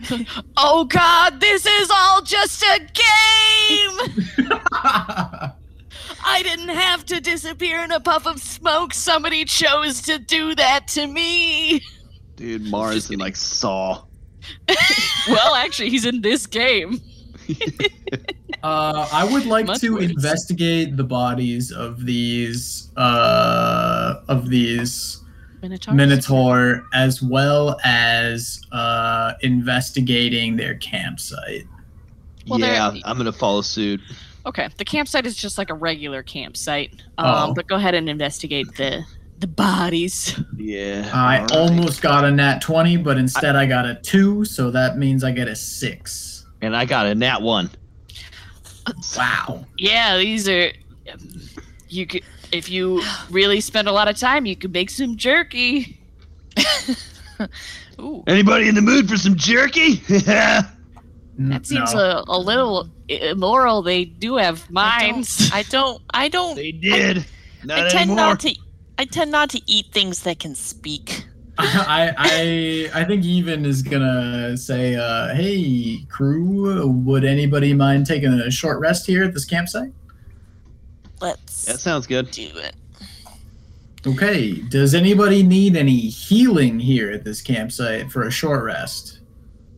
Oh god, this is all just a game! Uh, I didn't have to disappear in a puff of smoke. Somebody chose to do that to me. Dude, Mars and like Saw. Well, actually, he's in this game. Uh, I would like Much to worse. investigate the bodies of these uh, of these Minotaur. Minotaur, as well as uh, investigating their campsite. Well, there- yeah, I'm gonna follow suit. Okay, the campsite is just like a regular campsite. Um, Oh. But go ahead and investigate the the bodies. Yeah. I all right. almost got a nat 20, but instead I got a 2, so that means I get a 6. and I got a nat one. Wow. Yeah, these are. You could, if you really spend a lot of time, you could make some jerky. Ooh. Anybody in the mood for some jerky? N- That seems Mm, no. a, a little immoral. They do have minds. I don't. I don't. they did. Not I tend anymore. not to. I tend not to eat things that can speak. I, I I think even is gonna say, uh, "Hey crew, would anybody mind taking a short rest here at this campsite?" Let's That sounds good. do it. Okay. Does anybody need any healing here at this campsite for a short rest?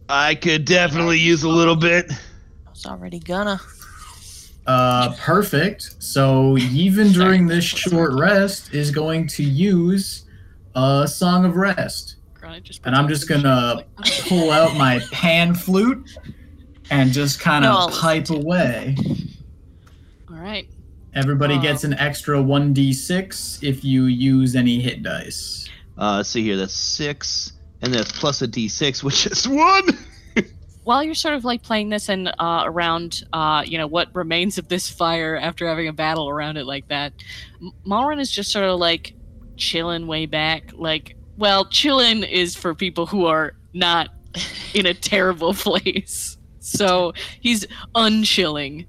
I could definitely use a little bit. I was already gonna. Uh, perfect. So even during this short rest, is going to use a song of rest, and I'm just gonna pull out my pan flute and just kind No, I'll of listen pipe to it. away. All right. Everybody Oh. gets an extra 1d6 if you use any hit dice. Uh, let's see here. That's six, and that's plus a d6, which is one. While you're sort of like playing this and uh, around, uh, you know what remains of this fire after having a battle around it like that, M- Malron is just sort of like chilling way back. Like, well, chilling is for people who are not in a terrible place. So he's unchilling,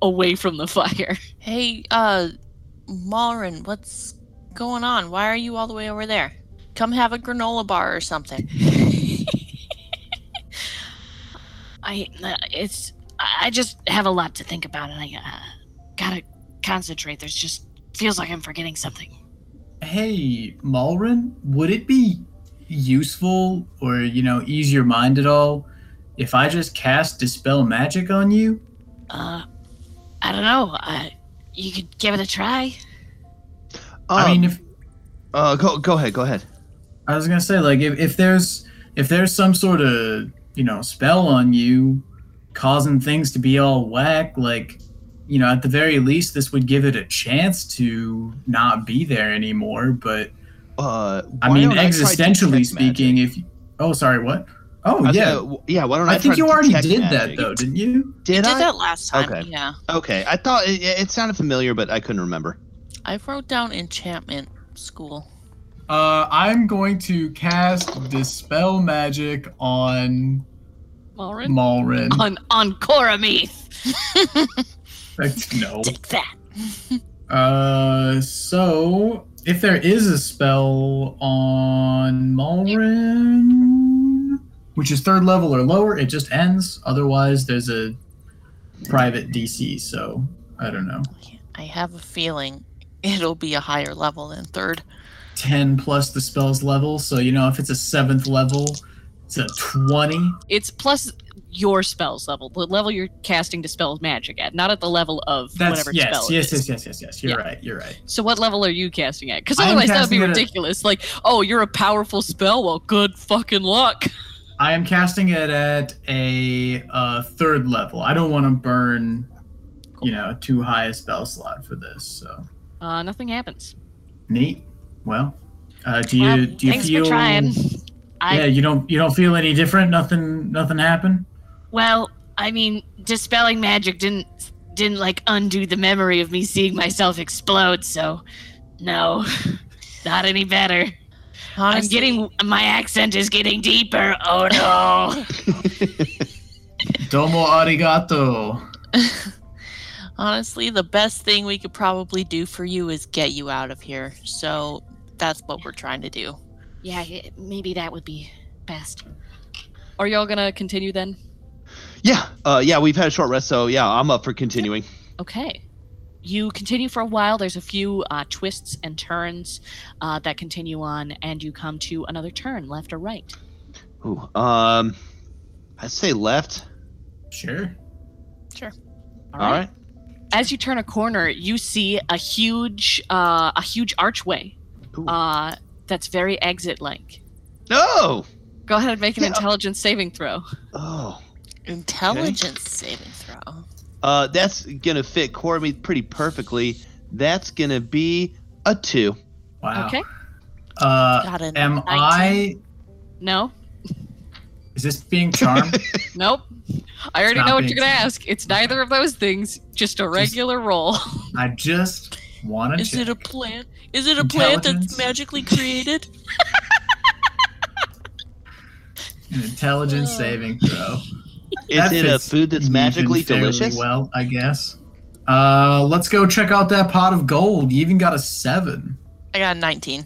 away from the fire. Hey, uh, Malrin, what's going on? Why are you all the way over there? Come have a granola bar or something. I uh, it's I I just have a lot to think about, and I uh, gotta concentrate. There's just feels like I'm forgetting something. Hey, Malrin, would it be useful or, you know, ease your mind at all if I just cast Dispel Magic on you? Uh, I don't know. Uh, you could give it a try. I mean, Um, if uh, go go ahead, go ahead. I was gonna say, like, if, if there's if there's some sort of you know spell on you, causing things to be all whack, like, you know, at the very least, this would give it a chance to not be there anymore. But Uh, I why mean, don't try existentially detect speaking, magic? if you, oh, sorry, what? Oh I was yeah, gonna- yeah. Why don't I? I think try you already detect did magic? that though, didn't you? did Did, I? that last time. Okay. Yeah. Okay, I thought it, it sounded familiar, but I couldn't remember. I wrote down enchantment school. Uh, I'm going to cast dispel magic on Malrin? Malrin. On on Koramith. no. Take that. Uh, so if there is a spell on Malrin, which is third level or lower, it just ends. Otherwise, there's a private DC. So I don't know. I have a feeling it'll be a higher level than third. 10 plus the spell's level. So, you know, if it's a seventh level, it's a 20. It's plus your spells level, the level you're casting dispel magic at, not at the level of That's whatever yes, spell. yes, it is. yes, yes, yes, yes. You're Yeah. right. You're right. So what level are you casting at? Because I'm otherwise that would be casting it at- ridiculous. Like, oh, you're a powerful spell. Well, good fucking luck. I am casting it at a uh, third level. I don't want to burn, you know, too high a spell slot for this. So. Uh, nothing happens. Neat. Well, uh, do you Well, do you thanks feel? for trying. I yeah, you don't you don't feel any different. Nothing nothing happened. Well, I mean, dispelling magic didn't didn't like undo the memory of me seeing myself explode, so no. Not any better. I'm Honestly, getting my accent is getting deeper. Oh no. Domo arigato. honestly, the best thing we could probably do for you is get you out of here. So that's what we're trying to do. yeah, y- maybe that would be best. Are y'all going to continue then? Yeah, uh, yeah, we've had a short rest, so yeah, I'm up for continuing. Okay. You continue for a while. There's a few uh, twists and turns uh, that continue on, and you come to another turn, left or right. Ooh, um, I'd say left. Sure. All right. as you turn a corner, you see a huge uh, a huge archway Ooh. uh, That's very exit like. No. Go ahead and make an Yeah. intelligence saving throw. Oh. Intelligence saving throw. Uh, that's gonna fit Corby pretty perfectly. That's gonna be a two. Wow. Okay. Uh, Got an am 19. I? No. Is this being charmed? Nope. I already not know what you're being going to charmed. ask. It's neither of those things, just a regular roll. I just want to Is check. it a plant? Is it a plant that's Intelligence? magically created? An intelligence Uh. saving throw. Is That it a fits food that's even magically fairly delicious? Well, I guess. Uh, let's go check out that pot of gold. You even got a seven. I got a 19.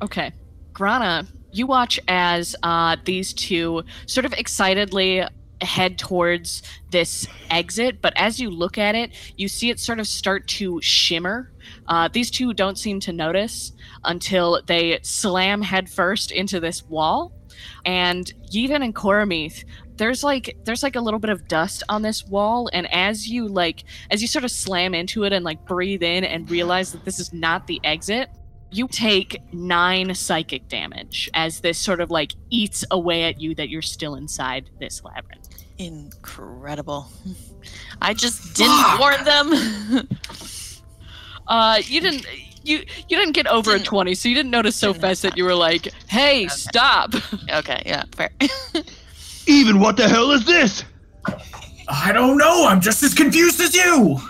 Okay. Grana, you watch as uh, these two sort of excitedly head towards this exit, but as you look at it, you see it sort of start to shimmer. Uh, these two don't seem to notice until they slam headfirst into this wall. And Yevon and Koromith, there's like there's like a little bit of dust on this wall, and as you like as you sort of slam into it and like breathe in and realize that this is not the exit, you take nine psychic damage as this sort of like eats away at you that you're still inside this labyrinth. Incredible. I just didn't warn them. Uh, you didn't. You you didn't get over a Didn't- twenty, so you didn't notice so didn't fast that you were like, "Hey, stop!" okay, yeah, fair. Even what the hell is this? I don't know. I'm just as confused as you.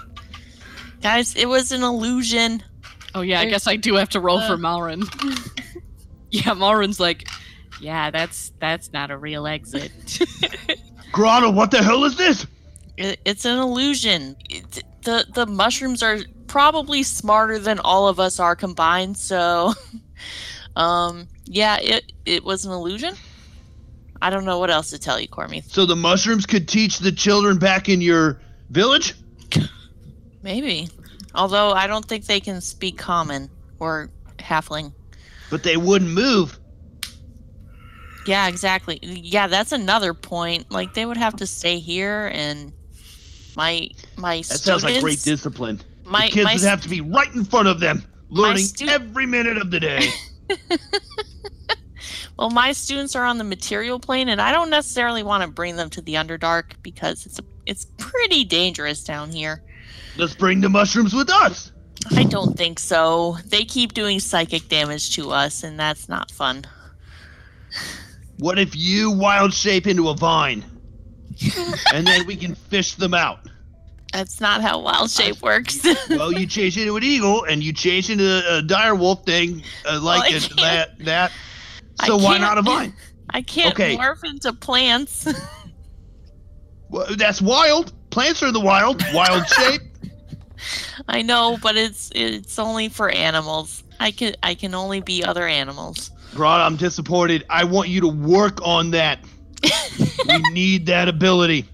Guys, it was an illusion. Oh yeah, I There's- guess I do have to roll for Uh. Malrin. yeah, Malrin's like, "Yeah, that's that's not a real exit." Grana, what the hell is this? It, it's an illusion. It, the the mushrooms are probably smarter than all of us are combined. So, um, yeah, it it was an illusion. I don't know what else to tell you, Cormy. So the mushrooms could teach the children back in your village? Maybe, although I don't think they can speak common or halfling. But they wouldn't move. Yeah, exactly. Yeah, that's another point. Like they would have to stay here, and my my That students, sounds like great discipline. my the kids my would have to be right in front of them, learning stu- every minute of the day. Well, my students are on the material plane, and I don't necessarily want to bring them to the Underdark because it's it's pretty dangerous down here. Let's bring the mushrooms with us. I don't think so. They keep doing psychic damage to us, and that's not fun. What if you wild shape into a vine? and then we can fish them out. That's not how wild shape works. Well, you change into an eagle and you change into a, a dire wolf thing, uh, like I it- can't. that. that. I So why not a can't. vine? I can't Okay. morph into plants. Well, that's wild. Plants are in the wild. Wild shape. I know, but it's it's only for animals. I can I can only be other animals. Grod, I'm disappointed. I want you to work on that. we need that ability.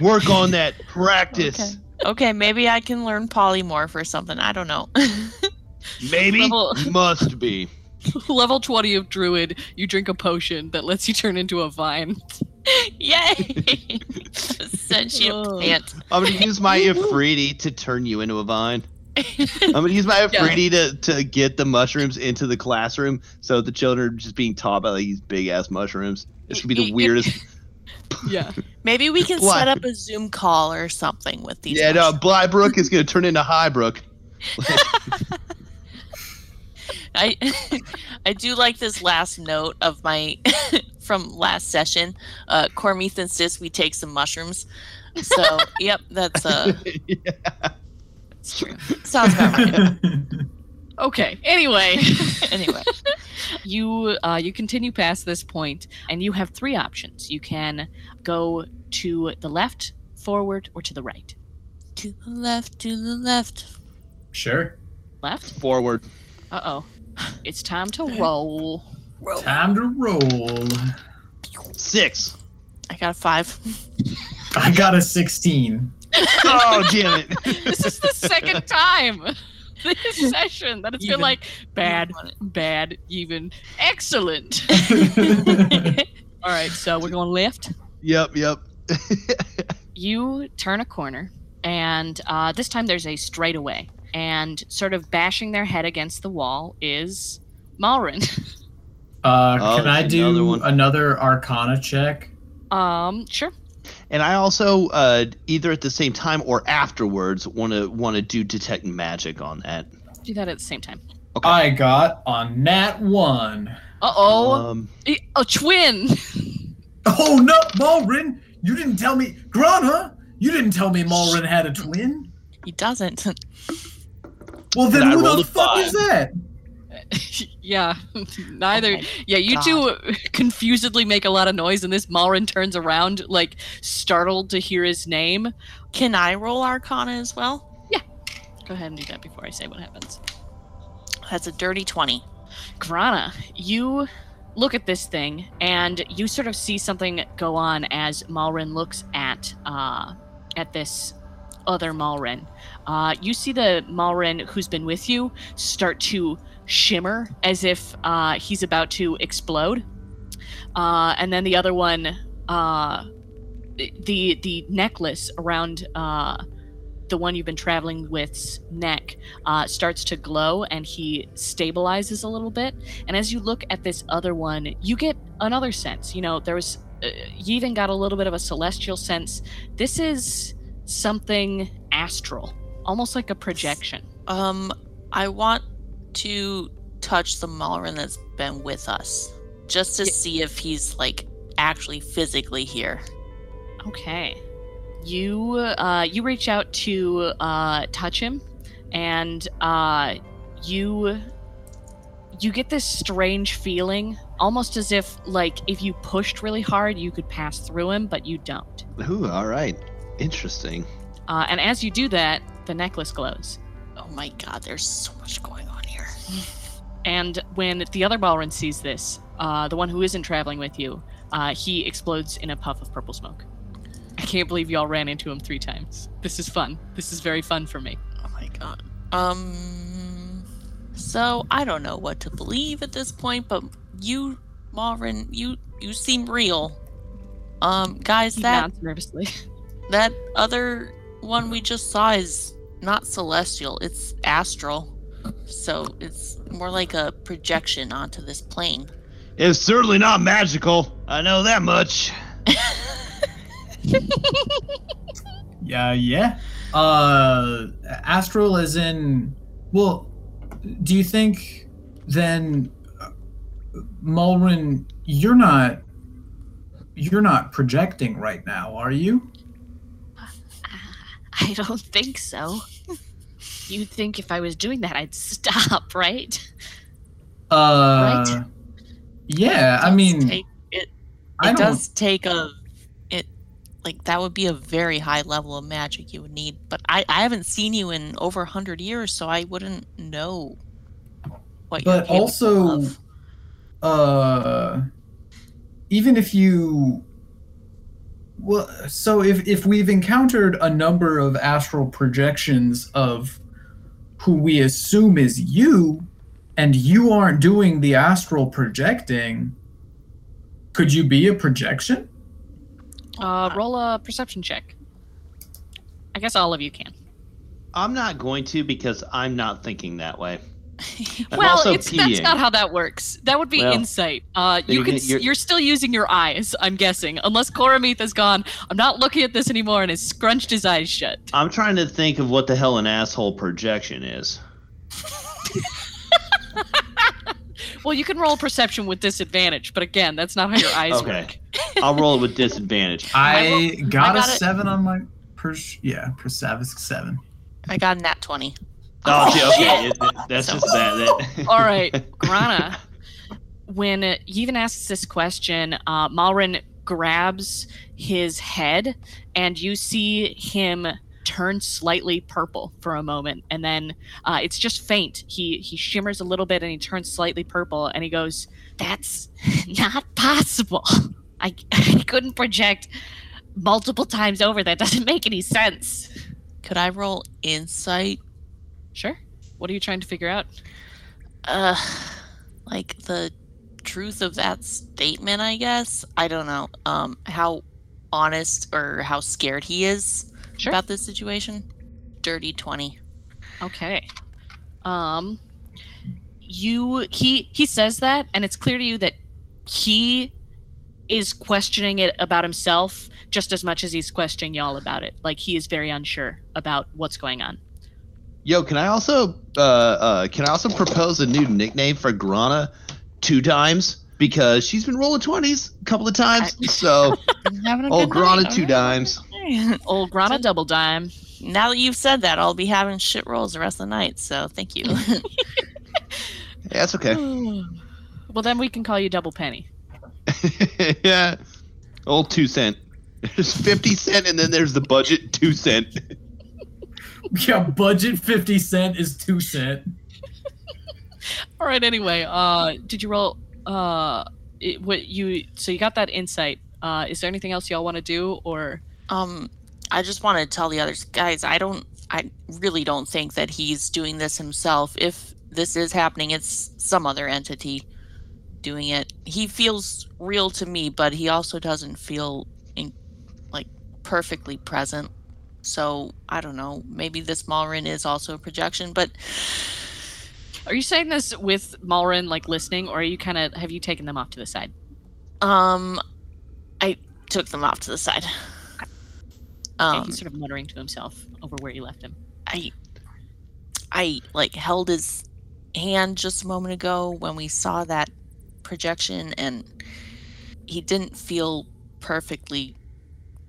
Work on that. Practice. Okay, maybe I can learn polymorph or something. I don't know. Maybe. Level- Must be. Level twenty of druid, you drink a potion that lets you turn into a vine. Yay! Sentient Oh. plant. I'm gonna use my Afridi to turn you into a vine. I'm gonna use my Yeah. Afridi to, to get the mushrooms into the classroom so the children are just being taught by like, these big ass mushrooms. This could be the weirdest. Yeah. Maybe we can Why? set up a Zoom call or something with these. yeah, no, mushrooms. Blybrook is gonna turn into Highbrook. I I do like this last note of my from last session. Uh, Cormeeth insists we take some mushrooms. So yep, that's uh, it's true. Sounds about right. Okay. Anyway. Anyway, you uh, you continue past this point and you have three options you can go to the left forward or to the right to the left, to the left. sure. left Forward. uh-oh it's time to roll Roll. Time to roll. Six. I got a five. I got a 16. Oh damn it. this is the second time this session that it's been Even. like bad bad even excellent Uh, all right so we're going left yep, yep. you turn a corner, and uh, this time there's a straightaway. And sort of bashing their head against the wall is Malrin. Uh, Oh, can I it's do another another, one. Arcana check? Um, sure. And I also uh, either at the same time or afterwards want to want to do detect magic on that. Do that at the same time. Okay. I got on that one. Uh oh. Um, A twin. Oh no, Malrin! You didn't tell me, Grana. You didn't tell me Malrin had a twin. He doesn't. Well, then And I who rolled the a fuck five. is that? yeah. Neither. Oh my yeah, you two confusedly make a lot of noise, and this Malrin turns around, like startled to hear his name. Can I roll Arcana as well? Go ahead and do that before I say what happens. That's a dirty 20. Grana, you look at this thing and you sort of see something go on as Malrin looks at uh, at this other Malrin. Uh, you see the Malrin who's been with you start to shimmer as if uh, he's about to explode, uh, and then the other one, uh, the the necklace around. Uh, the one you've been traveling with's neck uh, starts to glow and he stabilizes a little bit. And as you look at this other one, you get another sense. You know, there was, uh, you even got a little bit of a celestial sense. This is something astral, almost like a projection. Um, I want to touch the Malrin that's been with us just to Ye- see if he's like actually physically here. Okay. You uh, you reach out to uh, touch him, and uh, you you get this strange feeling, almost as if like if you pushed really hard, you could pass through him, but you don't. ooh, all right, interesting. Uh, and as you do that, the necklace glows. Oh my god, there's so much going on here. And when the other Balrin sees this, uh, the one who isn't traveling with you, uh, he explodes in a puff of purple smoke. I can't believe y'all ran into him three times. This is fun. This is very fun for me. Oh my god. Um so I don't know what to believe at this point, but you Malrin, you you seem real. Um guys, He that nods nervously. that other one we just saw is not celestial, it's astral. So it's more like a projection onto this plane. It's certainly not magical. I know that much. Yeah, yeah. Uh, astral as in. Well, do you think then, uh, Mulrin, you're not, you're not projecting right now, are you? I don't think so. You'd think if I was doing that, I'd stop, right? Uh, Yeah, I Does mean, take- it, I it don't. does take a it like that would be a very high level of magic you would need, but I I haven't seen you in over a hundred years, so I wouldn't know what you're but capable also of. uh even if you well so if if we've encountered a number of astral projections of who we assume is you and you aren't doing the astral projecting could you be a projection Uh, roll a perception check. I guess all of you can. I'm not going to because I'm not thinking that way. I'm well, also it's, peeing. that's not how that works. That would be Well, insight. Uh, you then you can. get- s- you're- You're, still using your eyes, I'm guessing, unless Koramith is gone. I'm not looking at this anymore, and has scrunched his eyes shut. I'm trying to think of what the hell an asshole projection is. Well, you can roll perception with disadvantage, but again, that's not how your eyes Okay. work. I'll roll it with disadvantage. i, got, I got a it. seven on my per yeah per seven I got a nat twenty. Oh, gee, okay. it- it- that's just that. that- All right, Grana. When uh, even asks this question, uh, Malrin grabs his head, and you see him turn slightly purple for a moment, and then uh, it's just faint. He he shimmers a little bit, and he turns slightly purple, and he goes, "That's not possible. I, I couldn't project multiple times over. That doesn't make any sense." Could I roll insight? Sure. What are you trying to figure out? Uh, like the truth of that statement, I guess. I don't know. Um, how honest or how scared he is Sure. about this situation. Dirty twenty. Okay. Um you he he says that and it's clear to you that he is questioning it about himself just as much as he's questioning y'all about it like he is very unsure about what's going on Yo, can I also uh, uh, can I also propose a new nickname for Grana two times because she's been rolling twenties a couple of times. so Been having a oh, good night, Grana two dimes. alright. old grana double dime Now that you've said that, I'll be having shit rolls the rest of the night. So thank you. Yeah, that's okay. well then we can call you double penny yeah, old two cent. There's fifty cent, and then there's the budget two cent. Yeah, budget 50 cent is 2 cent. all right anyway uh did you roll uh it, what you so you got that insight uh is there anything else y'all want to do or Um, I just want to tell the others, guys. I don't. I really don't think that he's doing this himself. If this is happening, it's some other entity doing it. He feels real to me, but he also doesn't feel in, like perfectly present. So I don't know. Maybe this Malrin is also a projection, but are you saying this with malrin like listening or are you kind of have you taken them off to the side um, I took them off to the side. Yeah, Um, he's sort of muttering to himself over where you left him I I like held his hand just a moment ago when we saw that projection and he didn't feel perfectly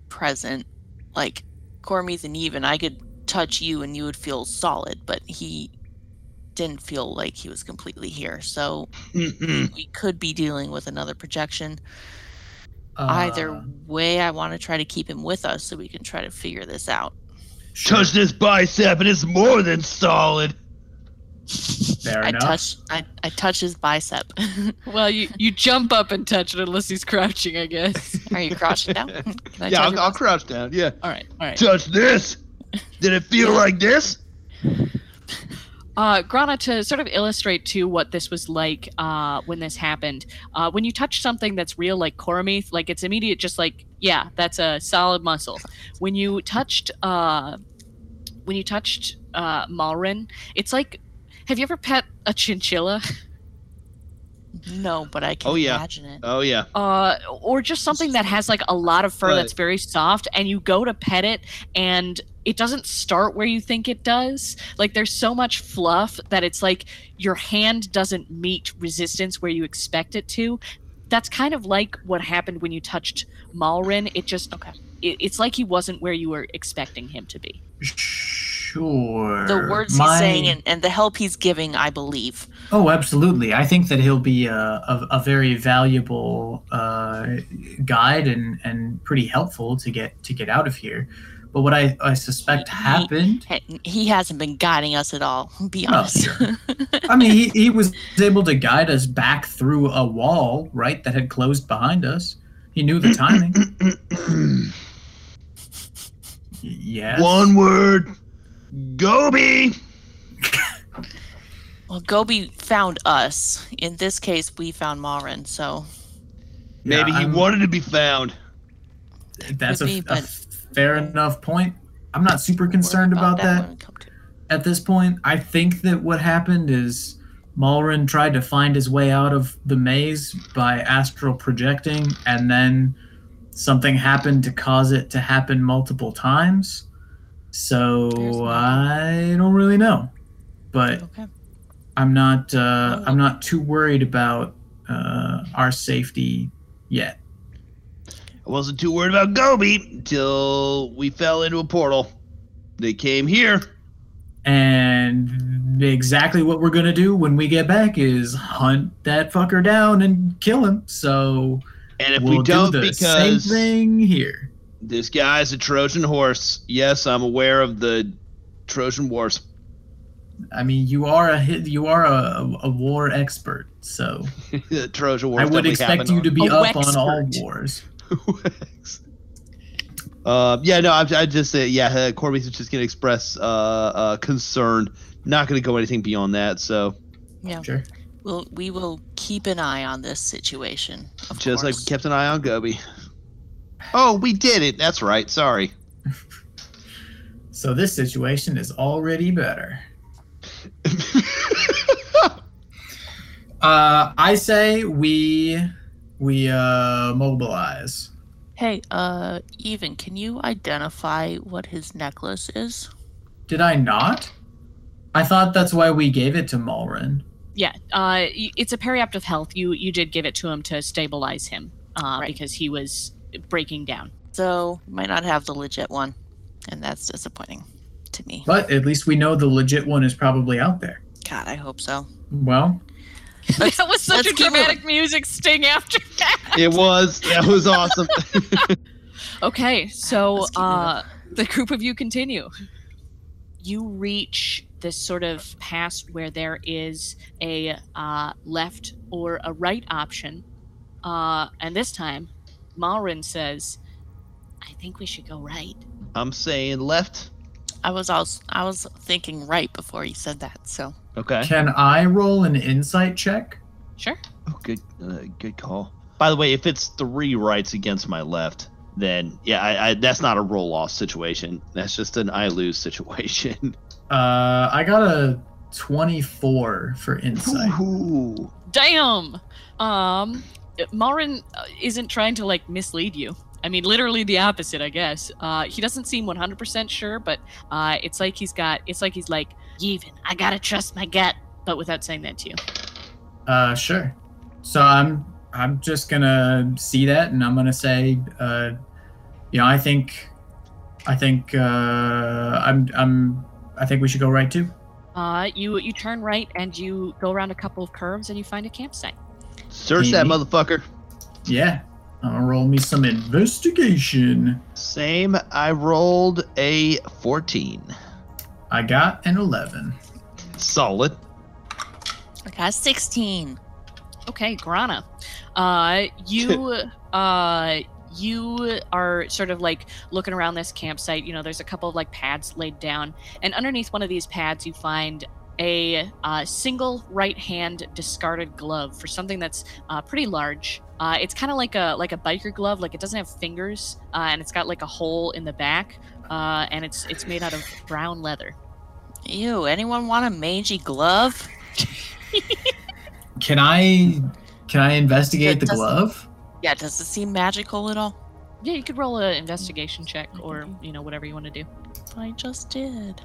present like Cormie's and even I could touch you and you would feel solid but he didn't feel like he was completely here so Hmm. we could be dealing with another projection Uh, either way I want to try to keep him with us so we can try to figure this out sure, this bicep, and it's more than solid. fair I enough. touch I, I touch his bicep well you you jump up and touch it unless he's crouching i guess Are you crouching down? Can I yeah, touch I'll, your I'll bicep? crouch down. Yeah, all right all right touch this. Did it feel like this? Uh, Grana, to sort of illustrate to what this was like uh, when this happened, uh, when you touch something that's real, like Coromith, like it's immediate, just like yeah, that's a solid muscle. When you touched, uh, when you touched uh, Malrin, it's like, have you ever pet a chinchilla, No, but I can Oh, yeah. imagine it. Oh yeah. uh, or just something that has like a lot of fur Right. that's very soft, and you go to pet it, and it doesn't start where you think it does. Like there's so much fluff that it's like your hand doesn't meet resistance where you expect it to. That's kind of like what happened when you touched Malrin. It just Okay. it, it's like he wasn't where you were expecting him to be. Sure. The words My- he's saying and, and the help he's giving, I believe. Oh, absolutely. I think that he'll be a, a, a very valuable uh, guide and, and pretty helpful to get to get out of here. But what I, I suspect He- he- happened. He- He hasn't been guiding us at all, be Oh, honest. sure. I mean, he, he was able to guide us back through a wall, right, that had closed behind us. He knew the timing. yes. One word. Gobi. well, Gobi found us. In this case, we found Malrin, so Yeah, Maybe he I'm- wanted to be found. That's a, Could be, a but- fair enough point. I'm not super concerned worry about that. when we come to- at this point. I think that what happened is Malrin tried to find his way out of the maze by astral projecting, and then something happened to cause it to happen multiple times. There's So nothing. I don't really know, but Okay. I'm not uh, Oh. I'm not too worried about uh, our safety yet. I wasn't too worried about Gobi until we fell into a portal. They came here. And exactly what we're gonna do when we get back is hunt that fucker down and kill him. So And if we'll we don't, do the because same thing here. this guy's a Trojan horse. Yes, I'm aware of the Trojan Wars. I mean, you are a hit- you are a, a war expert, so the Trojan Wars. I would definitely expect happened you to be A up on all wexpert. wars. Uh, yeah, no, I, I just uh, yeah, uh, Corby's just gonna express uh, uh, concern. Not gonna go anything beyond that. So Yeah. Sure. We'll, we will keep an eye on this situation. Of just like we course. kept an eye on Gobi. Oh, we did it. That's right. Sorry. So this situation is already better. Uh, I say we we uh, mobilize. Hey, uh, even can you identify what his necklace is? Did I not? I thought that's why we gave it to Malrin. Yeah, uh, y- it's a periapt of health. You you did give it to him to stabilize him uh, Right. because he was breaking down. So might not have the legit one, and that's disappointing to me. But at least we know the legit one is probably out there. God, I hope so. Well, Let's- that was such let's a keep moving. dramatic music sting after that. It was. That was awesome. Okay, so Let's keep moving. uh, the group of you continue. You reach this sort of pass where there is a uh, left or a right option, uh, and this time, Malrin says, "I think we should go right." I'm saying left. I was also I was thinking right before he said that. So Okay. can I roll an insight check? Sure. Oh, good. Uh, good call. By the way, if it's three rights against my left, then yeah, I, I, that's not a roll off situation. That's just an I lose situation. Uh, I got a twenty-four for insight. Ooh. Damn. Um, Marin uh, isn't trying to like mislead you. I mean, literally the opposite, I guess. Uh, he doesn't seem 100% sure, but uh, it's like he's got. It's like he's like, even. I gotta trust my gut, but without saying that to you. Uh, sure. So I'm I'm just gonna see that, and I'm gonna say, uh, you know, I think, I think, uh, I'm I'm I think we should go right too. Uh, you you turn right and you go around a couple of curves and you find a campsite. Search that Mhm. motherfucker. Yeah, I'm gonna roll me some investigation. Same. I rolled a 14. I got an eleven. Solid. I got sixteen. Okay, Grana. Uh, you uh, you are sort of like looking around this campsite. You know, there's a couple of like pads laid down, and underneath one of these pads, you find a uh, single right hand discarded glove for something that's uh, pretty large. Uh, it's kind of like a like a biker glove. Like it doesn't have fingers, uh, and it's got like a hole in the back, uh, and it's it's made out of brown leather. Ew. Anyone want a mangy glove? Can I can I investigate That the doesn't- glove? Yeah. Does it seem magical at all? Yeah, you could roll an investigation check or you know whatever you want to do. I just did.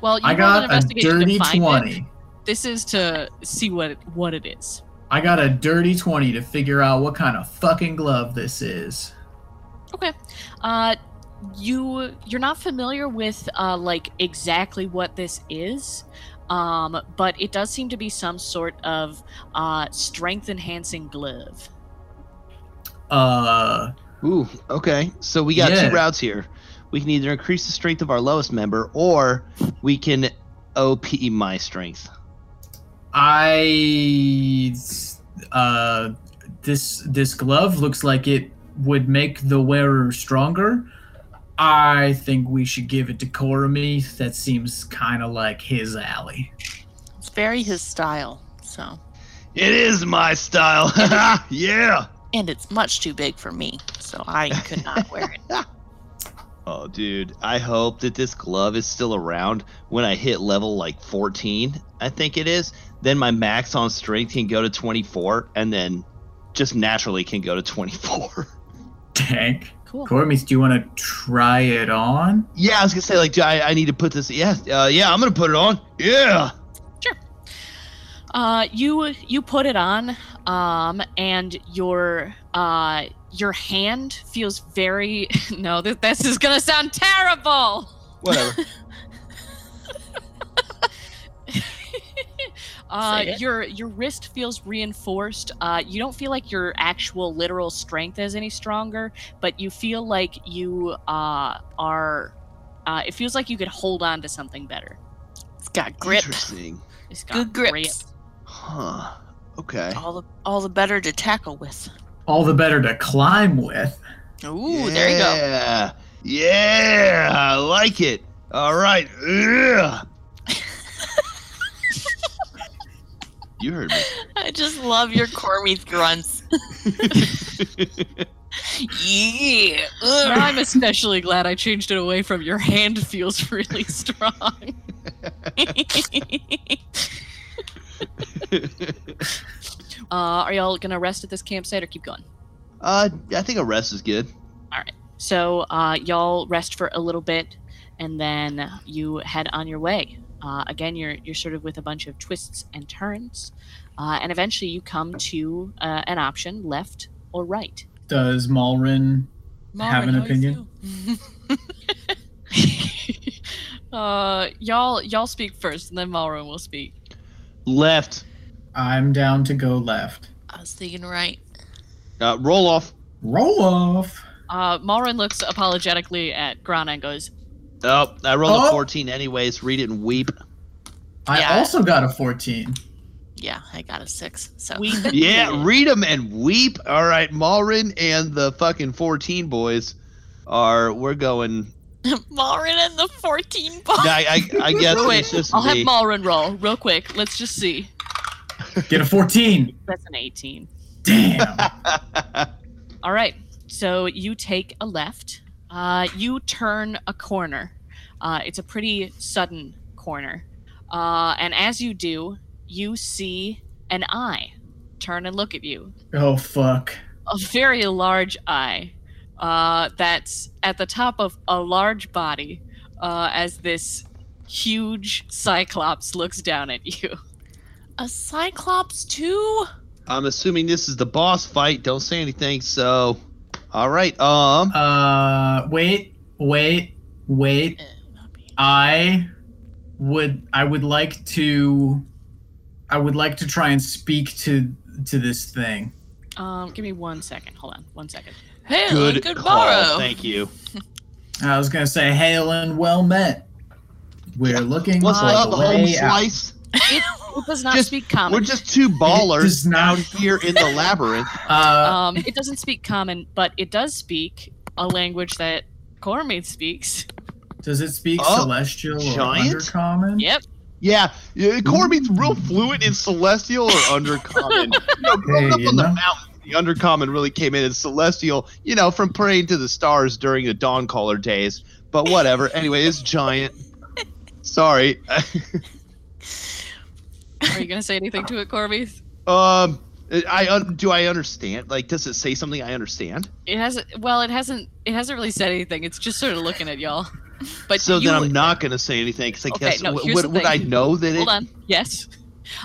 Well, you I rolled an got a investigation to dirty find it. twenty. This is to see what what it is. I got a dirty twenty to figure out what kind of fucking glove this is. Uh, you you're not familiar with uh, like exactly what this is, um, but it does seem to be some sort of uh, strength enhancing glove. Uh, Ooh, okay. So we got Yeah. two routes here. We can either increase the strength of our lowest member, or we can OP my strength. I uh this this glove looks like it would make the wearer stronger. I think we should give it to Korami. That seems kind of like his alley. It's very his style. So It is my style. yeah. and it's much too big for me. So I could not wear it. Oh, dude. I hope that this glove is still around when I hit level like 14. I think it is. Then my max on strength can go to 24, and then just naturally can go to 24. Tank. Cool. Korami, do you want to try it on? yeah, I was gonna say like, do I, I need to put this. Yeah, uh, yeah, I'm gonna put it on. Yeah. Uh, you you put it on, um, and your uh, your hand feels very. No, th- this is gonna sound terrible. Uh, Whatever. Say it. your your wrist feels reinforced. Uh, you don't feel like your actual literal strength is any stronger, but you feel like you uh, are. Uh, it feels like you could hold on to something better. It's got grip. Interesting. It's got Good grip. grips. Huh. Okay. All the all the better to tackle with. All the better to climb with. Ooh, there you go. Yeah. Yeah. I like it. All right. Ugh. you heard I just love your Cormeth grunts. me. Yeah. Well, Ugh. I'm especially glad I changed it away from your hand feels really strong. Uh, are y'all gonna rest at this campsite or keep going? uh, I think a rest is good. So uh, y'all rest for a little bit, and then you head on your way. Uh, again, you're you're sort of with a bunch of twists and turns, uh, and eventually you come to uh, an option: left or right. Does Malrin? Have an how you opinion? feel? uh, y'all y'all speak first, and then Malroom will speak. Left. I'm down to go left. I was thinking right. Uh, roll off. Roll off. Uh, Malroom looks apologetically at Grana and goes, Oh, I rolled Oh. a 14 anyways. Read it and weep. I Yeah. also got a 14. Yeah, I got a six. So "We Yeah, read them and weep. All right, Malrin and the fucking 14 boys are. We're going. Marin and the fourteen ball. I, I, I guess Wait, it's just I'll have me. Malrin roll real quick. Let's just see. Get a 14. That's an 18. Damn. All right. So you take a left. Uh, you turn a corner. Uh, it's a pretty sudden corner. Uh, and as you do, you see an eye turn and look at you. oh, fuck. A very large eye uh, that's at the top of a large body uh, as this huge cyclops looks down at you. A Cyclops too. I'm assuming this is the boss fight. Don't say anything. So, all right. Um, Uh, wait, wait, wait. Eh, not me. I would I would like to I would like to try and speak to to this thing. Um, give me one second. Hold on. One second. Hey, good, good, call. borrow. Thank you. I was gonna say, hail and well met. We're looking What's for up, the home way out. slice? It does not Just- speak We're common. just two It does ballers not. here in the labyrinth. Uh, um, it doesn't speak common, but it does speak a language that Cormaid speaks. does it speak Oh, celestial or giant? undercommon? Yep. Yeah, yeah Mm-hmm. Corby's real fluent in celestial or undercommon. you know, growing Hey, up you on the know. mountain, the undercommon really came in as celestial. You know, from praying to the stars during the dawn caller days. But whatever. Anyway, it's giant. Sorry. Are you gonna say anything to it, Corby? um, I un- do I understand? Like, does it say something I understand? It hasn't. Well, it hasn't. It hasn't really said anything. It's just sort of looking at y'all. But so you, then I'm not gonna say anything because I Okay, guess no, w- here's would, the would thing. I know that Hold it? on. Yes.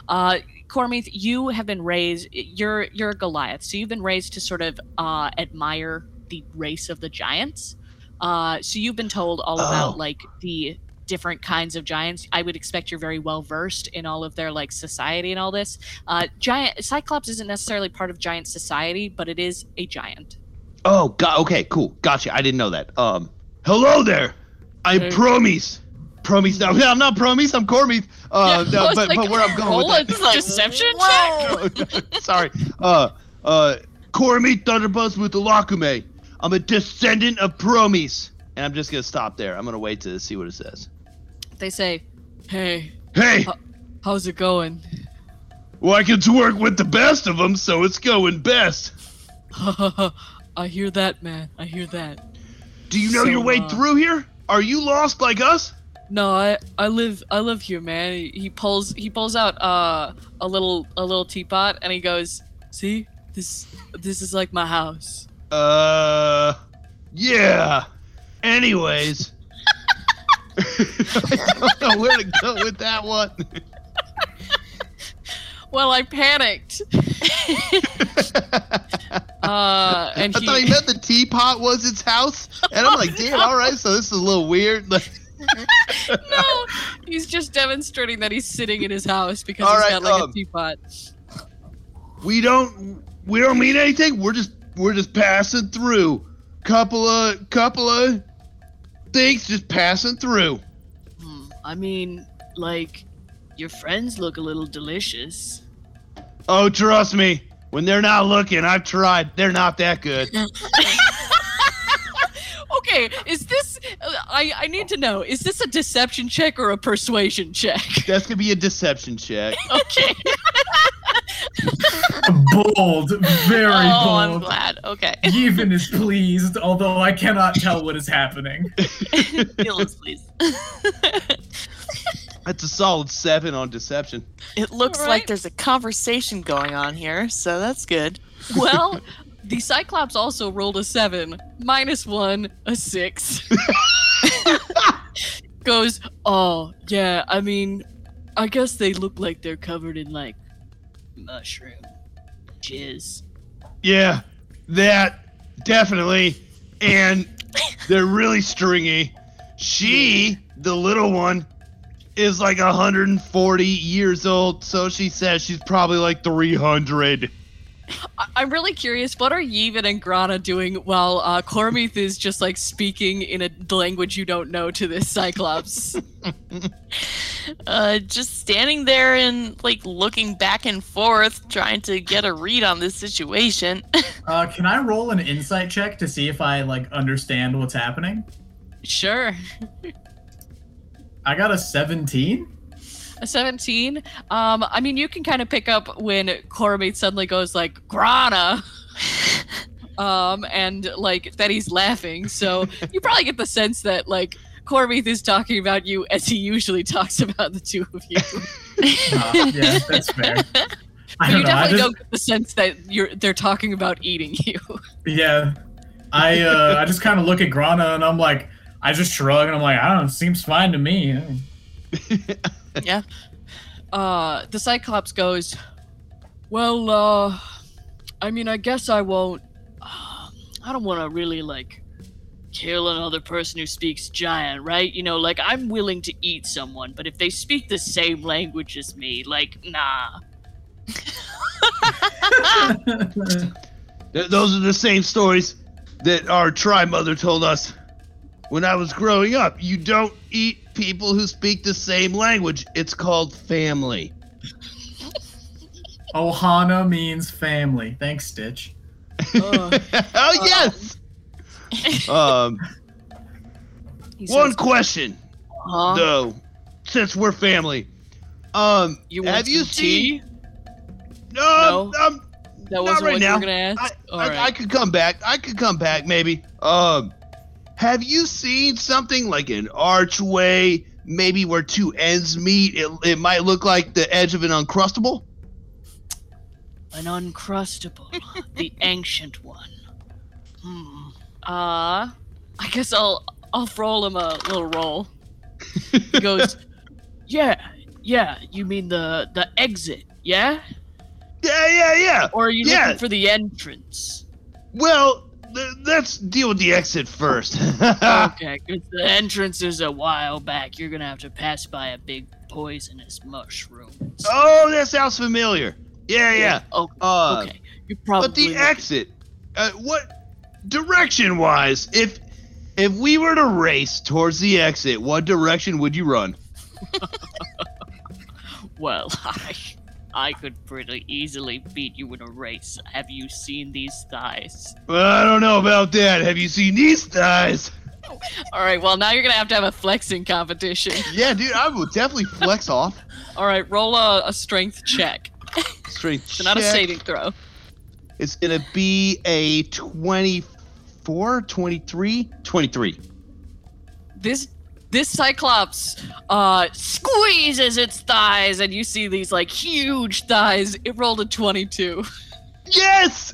Uh, Cormeath, you have been raised. You're you're a Goliath, so you've been raised to sort of uh, admire the race of the giants. Uh, so you've been told all Oh. about like the different kinds of giants. I would expect you're very well versed in all of their like society and all this. Uh, giant Cyclops isn't necessarily part of giant society, but it is a giant. Oh God. Okay. Cool. Gotcha. I didn't know that. Um. Hello there. I'm Hey. Promis. Promis. No, no, I'm not Promis. I'm Cormith. Uh, Yeah, I no, was but, like, but where I'm going roll with a It's like, deception check. whoa. that? Sorry. Uh. Uh. Cormith Thunderbuzz with the Lakume. I'm a descendant of Promis. And I'm just gonna stop there. I'm gonna wait to see what it says. They say, "Hey, Hey, Uh, how's it going?" well, I get to work with the best of them, so it's going best. I hear that, man. I hear that. Do you know So, your way uh, through here? Are you lost like us? No, I I live I live here, man. He, he pulls he pulls out uh a little a little teapot and he goes, "See? This this is like my house." Uh, yeah. Anyways, I don't know where to go with that one. Well, I panicked. uh and I he thought he meant the teapot was its house, and I'm like, damn, all right, so this is a little weird. Like, No, he's just demonstrating that he's sitting in his house because All he's right, got like um, a teapot. we don't, we don't mean anything. We're just, we're just passing through. Couple of, couple of things just passing through. Hmm, I mean, like your friends look a little delicious. Oh, trust me, when they're not looking, I've tried. They're not that good. Okay, is this uh, I I need to know, is this a deception check or a persuasion check? That's gonna be a deception check. Okay. bold, very oh, I'm bold. glad. Okay. Yevon is pleased, although I cannot tell what is happening. Heal us, please. That's a solid seven on deception. It looks All right. like there's a conversation going on here, so that's good. Well, the Cyclops also rolled a seven, minus one, a six. Goes, oh, yeah, I mean, I guess they look like they're covered in, like, mushroom jizz. Yeah, that definitely. And they're really stringy. She, the little one, is like 140 years old, so she says she's probably like 300. I- I'm really curious, what are Yevon and Grana doing while uh, Cormith is just, like, speaking in a language you don't know to this Cyclops? Uh, just standing there and like looking back and forth, trying to get a read on this situation. Uh, can I roll an insight check to see if I like understand what's happening? sure. I got a 17. a 17 um i mean you can kind of pick up when cormate suddenly goes like grana um and like that he's laughing so you probably get the sense that like Cormith is talking about you as he usually talks about the two of you. Uh, yeah, that's fair. I you don't know. I definitely just, don't get the sense that you're they're talking about eating you. yeah. I uh, I just kind of look at Grana and I'm like, I just shrug and I'm like, I don't know, seems fine to me. yeah. Uh the Cyclops goes, "Well, uh I mean, I guess I won't um, I don't want to really like kill another person who speaks giant, right? You know, like I'm willing to eat someone, but if they speak the same language as me, like nah. Th- those are the same stories that our tribe mother told us when I was growing up. You don't eat people who speak the same language, it's called family. Ohana means family. Thanks, Stitch. Ugh. oh, yes! um, He one says, question. "Huh? though, since we're family. Um, you want have you some seen? tea? No, No. um, That wasn't right what you now. were gonna ask. I, All I, right. I could come back. I could come back maybe. Um, have you seen something like an archway? Maybe where two ends meet. It, it might look like the edge of an uncrustable. An uncrustable, the ancient one. Hmm. Uh, I guess I'll I'll roll him a little roll. He goes, yeah, yeah. You mean the the exit, yeah? Yeah, yeah, yeah. Or are you Yeah. looking for the entrance? Well, th- let's deal with the exit first. Ah. okay, 'cause the entrance is a while back. You're gonna have to pass by a big poisonous mushroom. oh, that sounds familiar. Yeah, yeah. Oh, Uh, okay. You're probably. But the looking- exit, uh, what direction wise? If if we were to race towards the exit, what direction would you run? Well, I, I could pretty easily beat you in a race. Have you seen these thighs? Well, I don't know about that. Have you seen these thighs? All right, well, now you're going to have to have a flexing competition. Yeah, dude, I would definitely flex off. All right, roll a, a strength check. Strength So not a check. saving throw. It's gonna be a 24, 23, 23. This this cyclops uh, squeezes its thighs, and you see these like huge thighs. It rolled a 22. Yes.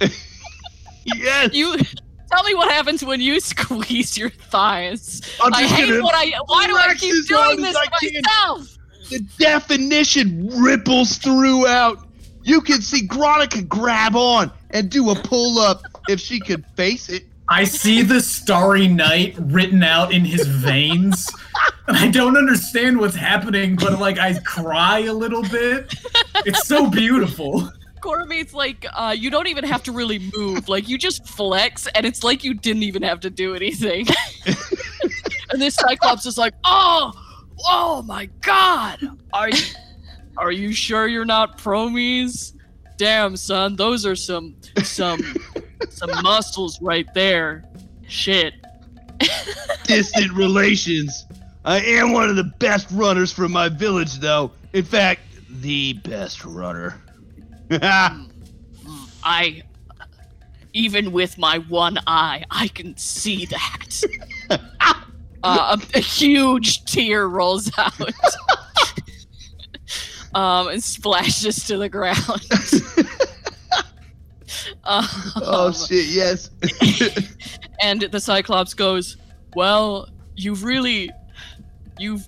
yes. You tell me what happens when you squeeze your thighs. I'm I just hate gonna. what I. Why do I flex keep as hard doing as this I can. myself? The definition ripples throughout. You can see Grana can grab on and do a pull up if she could face it. I see the starry night written out in his veins. And I don't understand what's happening, but like I cry a little bit. It's so beautiful. Cormate's like, uh, you don't even have to really move. Like, you just flex, and it's like you didn't even have to do anything. and this Cyclops is like, oh, oh my god, are you, are you sure you're not promies? Damn, son, those are some, some, some muscles right there. Shit. Distant relations. I am one of the best runners from my village, though. In fact, the best runner. I, even with my one eye, I can see that. uh, a, a huge tear rolls out. um, and splashes to the ground. um, Oh shit! Yes. and the Cyclops goes, "Well, you've really, you've,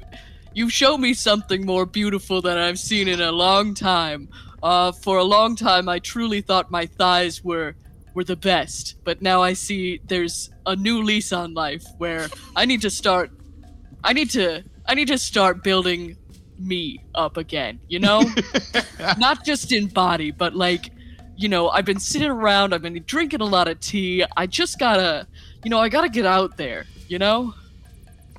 you've shown me something more beautiful than I've seen in a long time. Uh, for a long time, I truly thought my thighs were." were the best, but now I see there's a new lease on life where I need to start I need to I need to start building me up again, you know? Not just in body, but like, you know, I've been sitting around, I've been drinking a lot of tea. I just gotta you know, I gotta get out there, you know?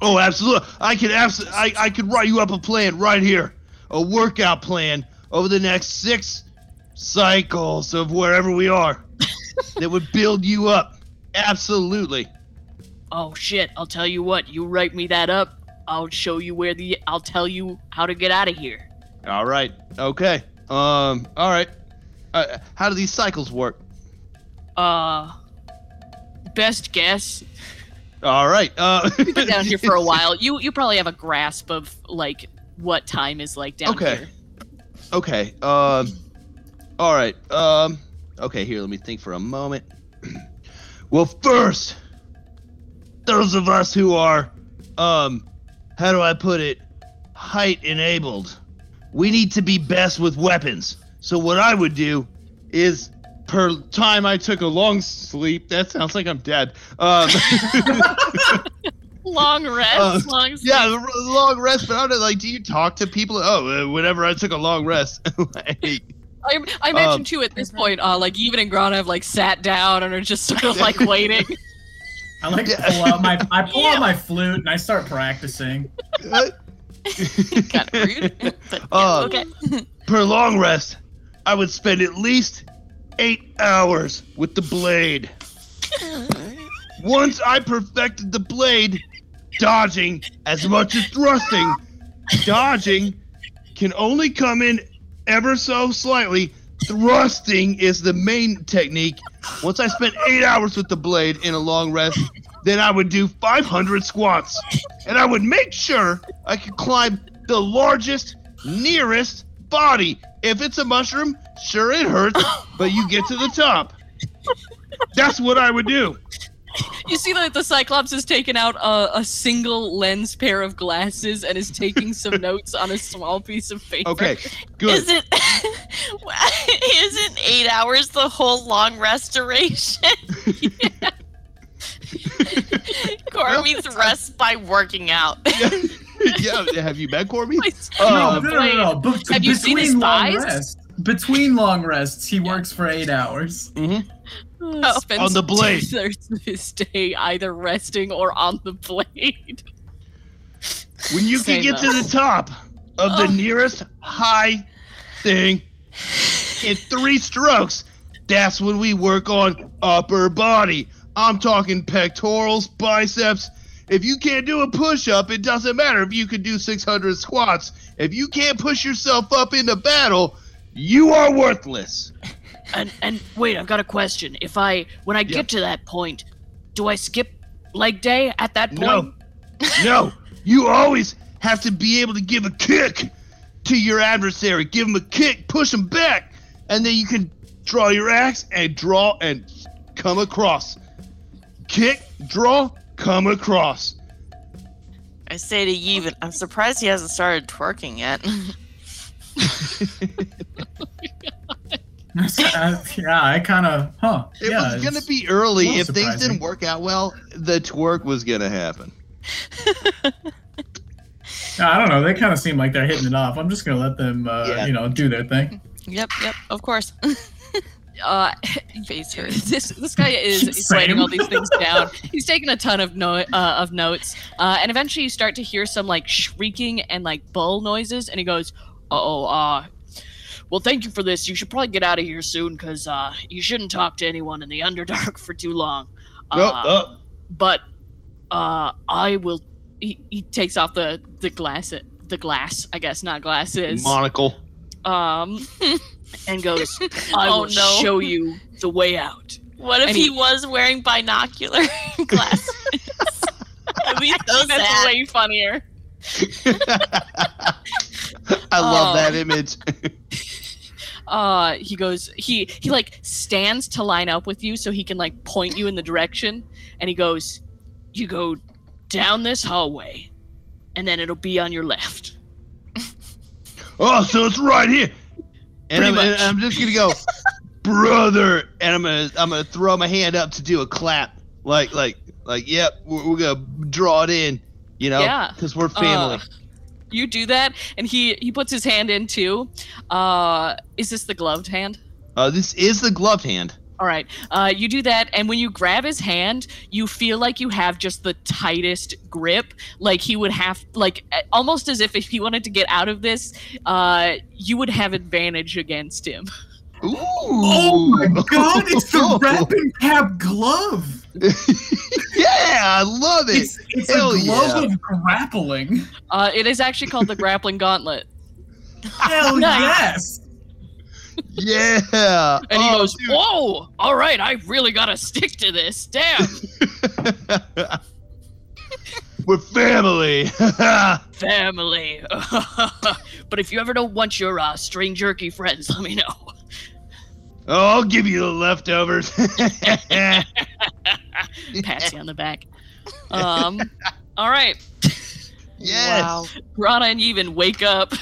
Oh, absolutely. I could abs- I, I could write you up a plan right here, a workout plan over the next six cycles of wherever we are that would build you up. Absolutely. Oh shit, I'll tell you what, you write me that up, I'll show you where the I'll tell you how to get out of here. All right. Okay. Um. All right. Uh, how do these cycles work? Uh best guess All right. Uh, You've been down here for a while. You you probably have a grasp of like what time is like down Okay. here. Okay. Um. All right. Um. Okay. Here, let me think for a moment. well, first, those of us who are, um, how do I put it, height enabled, we need to be best with weapons. So what I would do is, per time I took a long sleep. That sounds like I'm dead. Um. Long rest, Uh, long sleep. Yeah, the r- long rest. But I don't like. Do you talk to people? Oh, uh, whenever I took a long rest, like, I, I imagine Um, too at this point, uh, like even and Grana have like sat down and are just sort of like waiting. I like Yeah. pull out my I pull Yeah. out my flute and I start practicing. kind of rude. But yeah, Uh, okay. per long rest, I would spend at least eight hours with the blade. Once I perfected the blade, dodging as much as thrusting, dodging can only come in ever so slightly. Thrusting is the main technique. Once I spent eight hours with the blade in a long rest, then I would do 500 squats. And I would make sure I could climb the largest nearest body. If it's a mushroom, sure it hurts, but you get to the top. That's what I would do. you see that the Cyclops has taken out a, a single lens pair of glasses and is taking some notes on a small piece of paper. Okay, Is good. it isn't eight hours the whole long restoration? Cormy's rest by working out. yeah, have you met Corby? Please. Uh, no, no, no, no, no. Oh, Have you seen his thighs? rests, between long rests, he works for eight hours. Oh. Spends On the blade. two-thirds of his day either resting or on the blade. when you Say can get to no. the top of the Oh. nearest high thing in three strokes, that's when we work on upper body. I'm talking pectorals, biceps. If you can't do a push up, it doesn't matter if you can do 600 squats. If you can't push yourself up into battle, you are worthless. And and wait, I've got a question. If I when I Yeah. get to that point, do I skip leg day at that point? No. No, you always have to be able to give a kick to your adversary. Give him a kick, push him back, and then you can draw your axe and draw and come across. Kick, draw, come across. I say to Yevon, I'm surprised he hasn't started twerking yet. Uh, yeah, I kind of, huh? It yeah, was gonna it's- be early. little If things surprising. didn't work out well, the twerk was gonna happen. I don't know. They kind of seem like they're hitting it off. I'm just gonna let them, uh, Yeah. you know, do their thing. yep, yep, of course. Uh, Face hurt. this this guy is is Same. writing all these things down. He's taking a ton of no uh, of notes, uh, and eventually you start to hear some like shrieking and like bull noises, and he goes, "Oh, uh, well, thank you for this. You should probably get out of here soon, because uh, you shouldn't talk to anyone in the Underdark for too long." No, Uh, uh, but uh, I will. He, he takes off the the glass the glass, I guess, not oh. glasses. monocle. um, and goes. I Oh, will no. show you the way out. What if And he, he- was wearing binocular glasses? That'd be so That's sad. way funnier. I love Oh. that image. uh he goes he he like stands to line up with you so he can like point you in the direction and he goes you go down this hallway and then it'll be on your left oh, so it's right here. And Pretty I'm, and much. I'm just gonna go, brother, and I'm gonna I'm gonna throw my hand up to do a clap, like like like yep, we're, we're gonna draw it in, you know, Yeah. because we're family. Uh, you do that and he he puts his hand in too uh is this the gloved hand Uh, this is the gloved hand. all right uh you do that and when you grab his hand you feel like you have just the tightest grip like he would have like a- almost as if if he wanted to get out of this uh you would have advantage against him Ooh. Oh my god, it's the wrapping cap glove. yeah, I love it. It's, it's a Hell glove of grappling. Uh, it is actually called the Grappling Gauntlet. Hell Nice. yes. yeah. And he Oh, goes, dude. Whoa! All right, I really gotta stick to this. Damn! We're family. Family. but if you ever don't want your uh, string jerky friends, let me know. Oh, I'll give you the leftovers. Pats you on the back. Um, all right, yes. Wow. Rana and Yevon, wake up.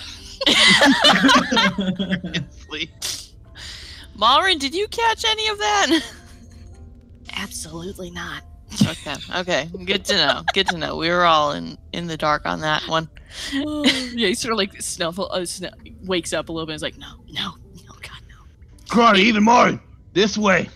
Sleep. Malrin, did you catch any of that? Absolutely not. okay. Okay. Good to know. Good to know. We were all in in the dark on that one. yeah, he sort of like snuffle, uh, snu- wakes up a little bit and is like, No, no, no, God, no. Crony, even more. This way.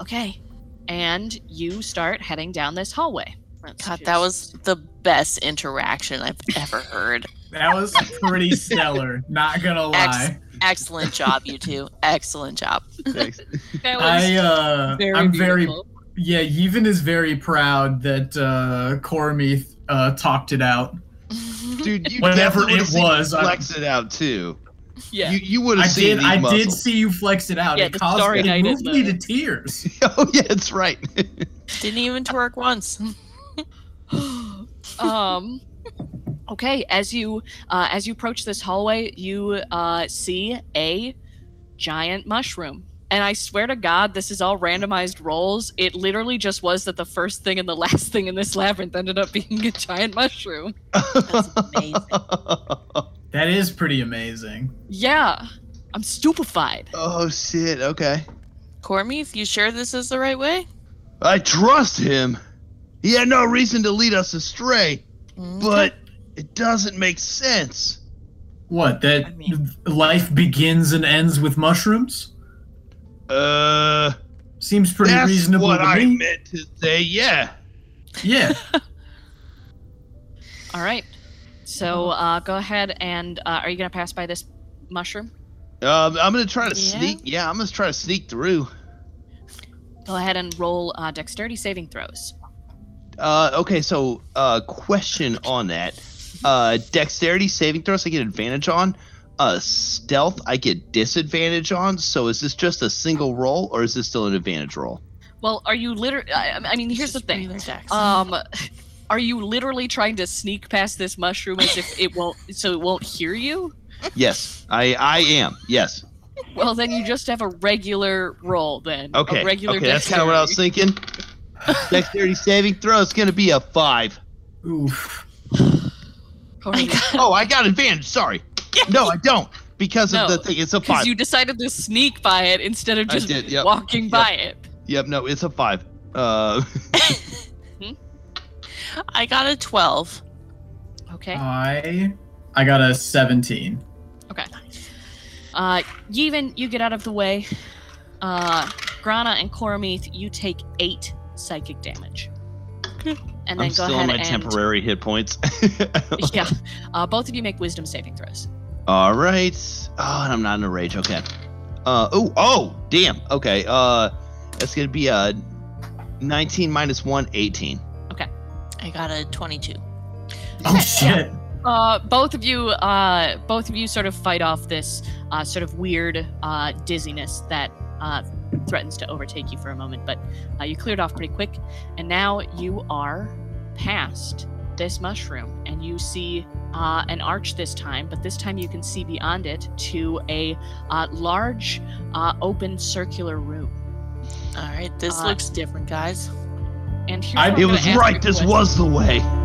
Okay. And you start heading down this hallway. Let's God, that just- was the best interaction I've ever heard. That was pretty stellar, not gonna lie. Excellent job, you two. Excellent job. Thanks. that was I uh I'm very beautiful. yeah, Yevon is very proud that uh Cormith uh talked it out. Dude, you Whatever definitely it would've seen was, you I- flex it out too. Yeah. You you would I have seen did these I did muscles. see you flex it out. Yeah, it the caused starry it night moved is me the- to tears. Oh yeah, that's right. Didn't even twerk once. um okay as you uh, as you approach this hallway you uh, see a giant mushroom and i swear to god this is all randomized rolls it literally just was that the first thing and the last thing in this labyrinth ended up being a giant mushroom amazing. That is pretty amazing. yeah i'm stupefied oh shit. Okay. Cormie, if you sure this is the right way? I trust him. He had no reason to lead us astray, Mm-hmm. but it doesn't make sense. What, that I mean- life begins and ends with mushrooms? Uh, Seems pretty that's reasonable what to I me. meant to say. Yeah. Yeah. all right so uh, go ahead and uh, are you gonna pass by this mushroom Um, I'm gonna try to Yeah? sneak. Yeah, I'm gonna try to sneak through. go ahead and roll uh, dexterity saving throws Uh, okay, so uh, question on that: uh, dexterity saving throws I get advantage on. Uh, stealth I get disadvantage on. So is this just a single roll, or is this still an advantage roll? well are you literally I, Oh I mean here's the Just thing regular Dex. Um, are you literally trying to sneak past this mushroom as if it won't, so it won't hear you? Yes, I I am. Yes. Well, then you just have a regular roll then. Okay. A regular okay, that's kind of what I was dexterity. thinking. dexterity saving throw is gonna be a five. Oof. Corey, Oh, I got advantage. Sorry. No, I don't because of No, the thing. It's a Because five. you decided to sneak by it instead of I just did, yep, walking yep. by it. Yep. No, it's a five. Uh, I got a 12. Okay. I I got a 17. Uh, Yevon, you get out of the way. Uh, Grana and Koromith, you take eight psychic damage. And then I'm go still ahead on my and temporary hit points. yeah, uh, both of you make wisdom saving throws. All right. Oh, and I'm not in a rage. Okay. Uh oh. Oh, damn. Okay. Uh, that's gonna be a 19 minus one, 18. I got a 22. Oh shit. Uh, both of you, uh, both of you, sort of fight off this uh, sort of weird uh, dizziness that uh, threatens to overtake you for a moment, but uh, you cleared off pretty quick, and now you are past this mushroom and you see uh, an arch this time, but this time you can see beyond it to a uh, large uh, open circular room. All right, this Uh, looks different, guys. And here's what I- I'm It gonna was ask you right. a This question. was the way.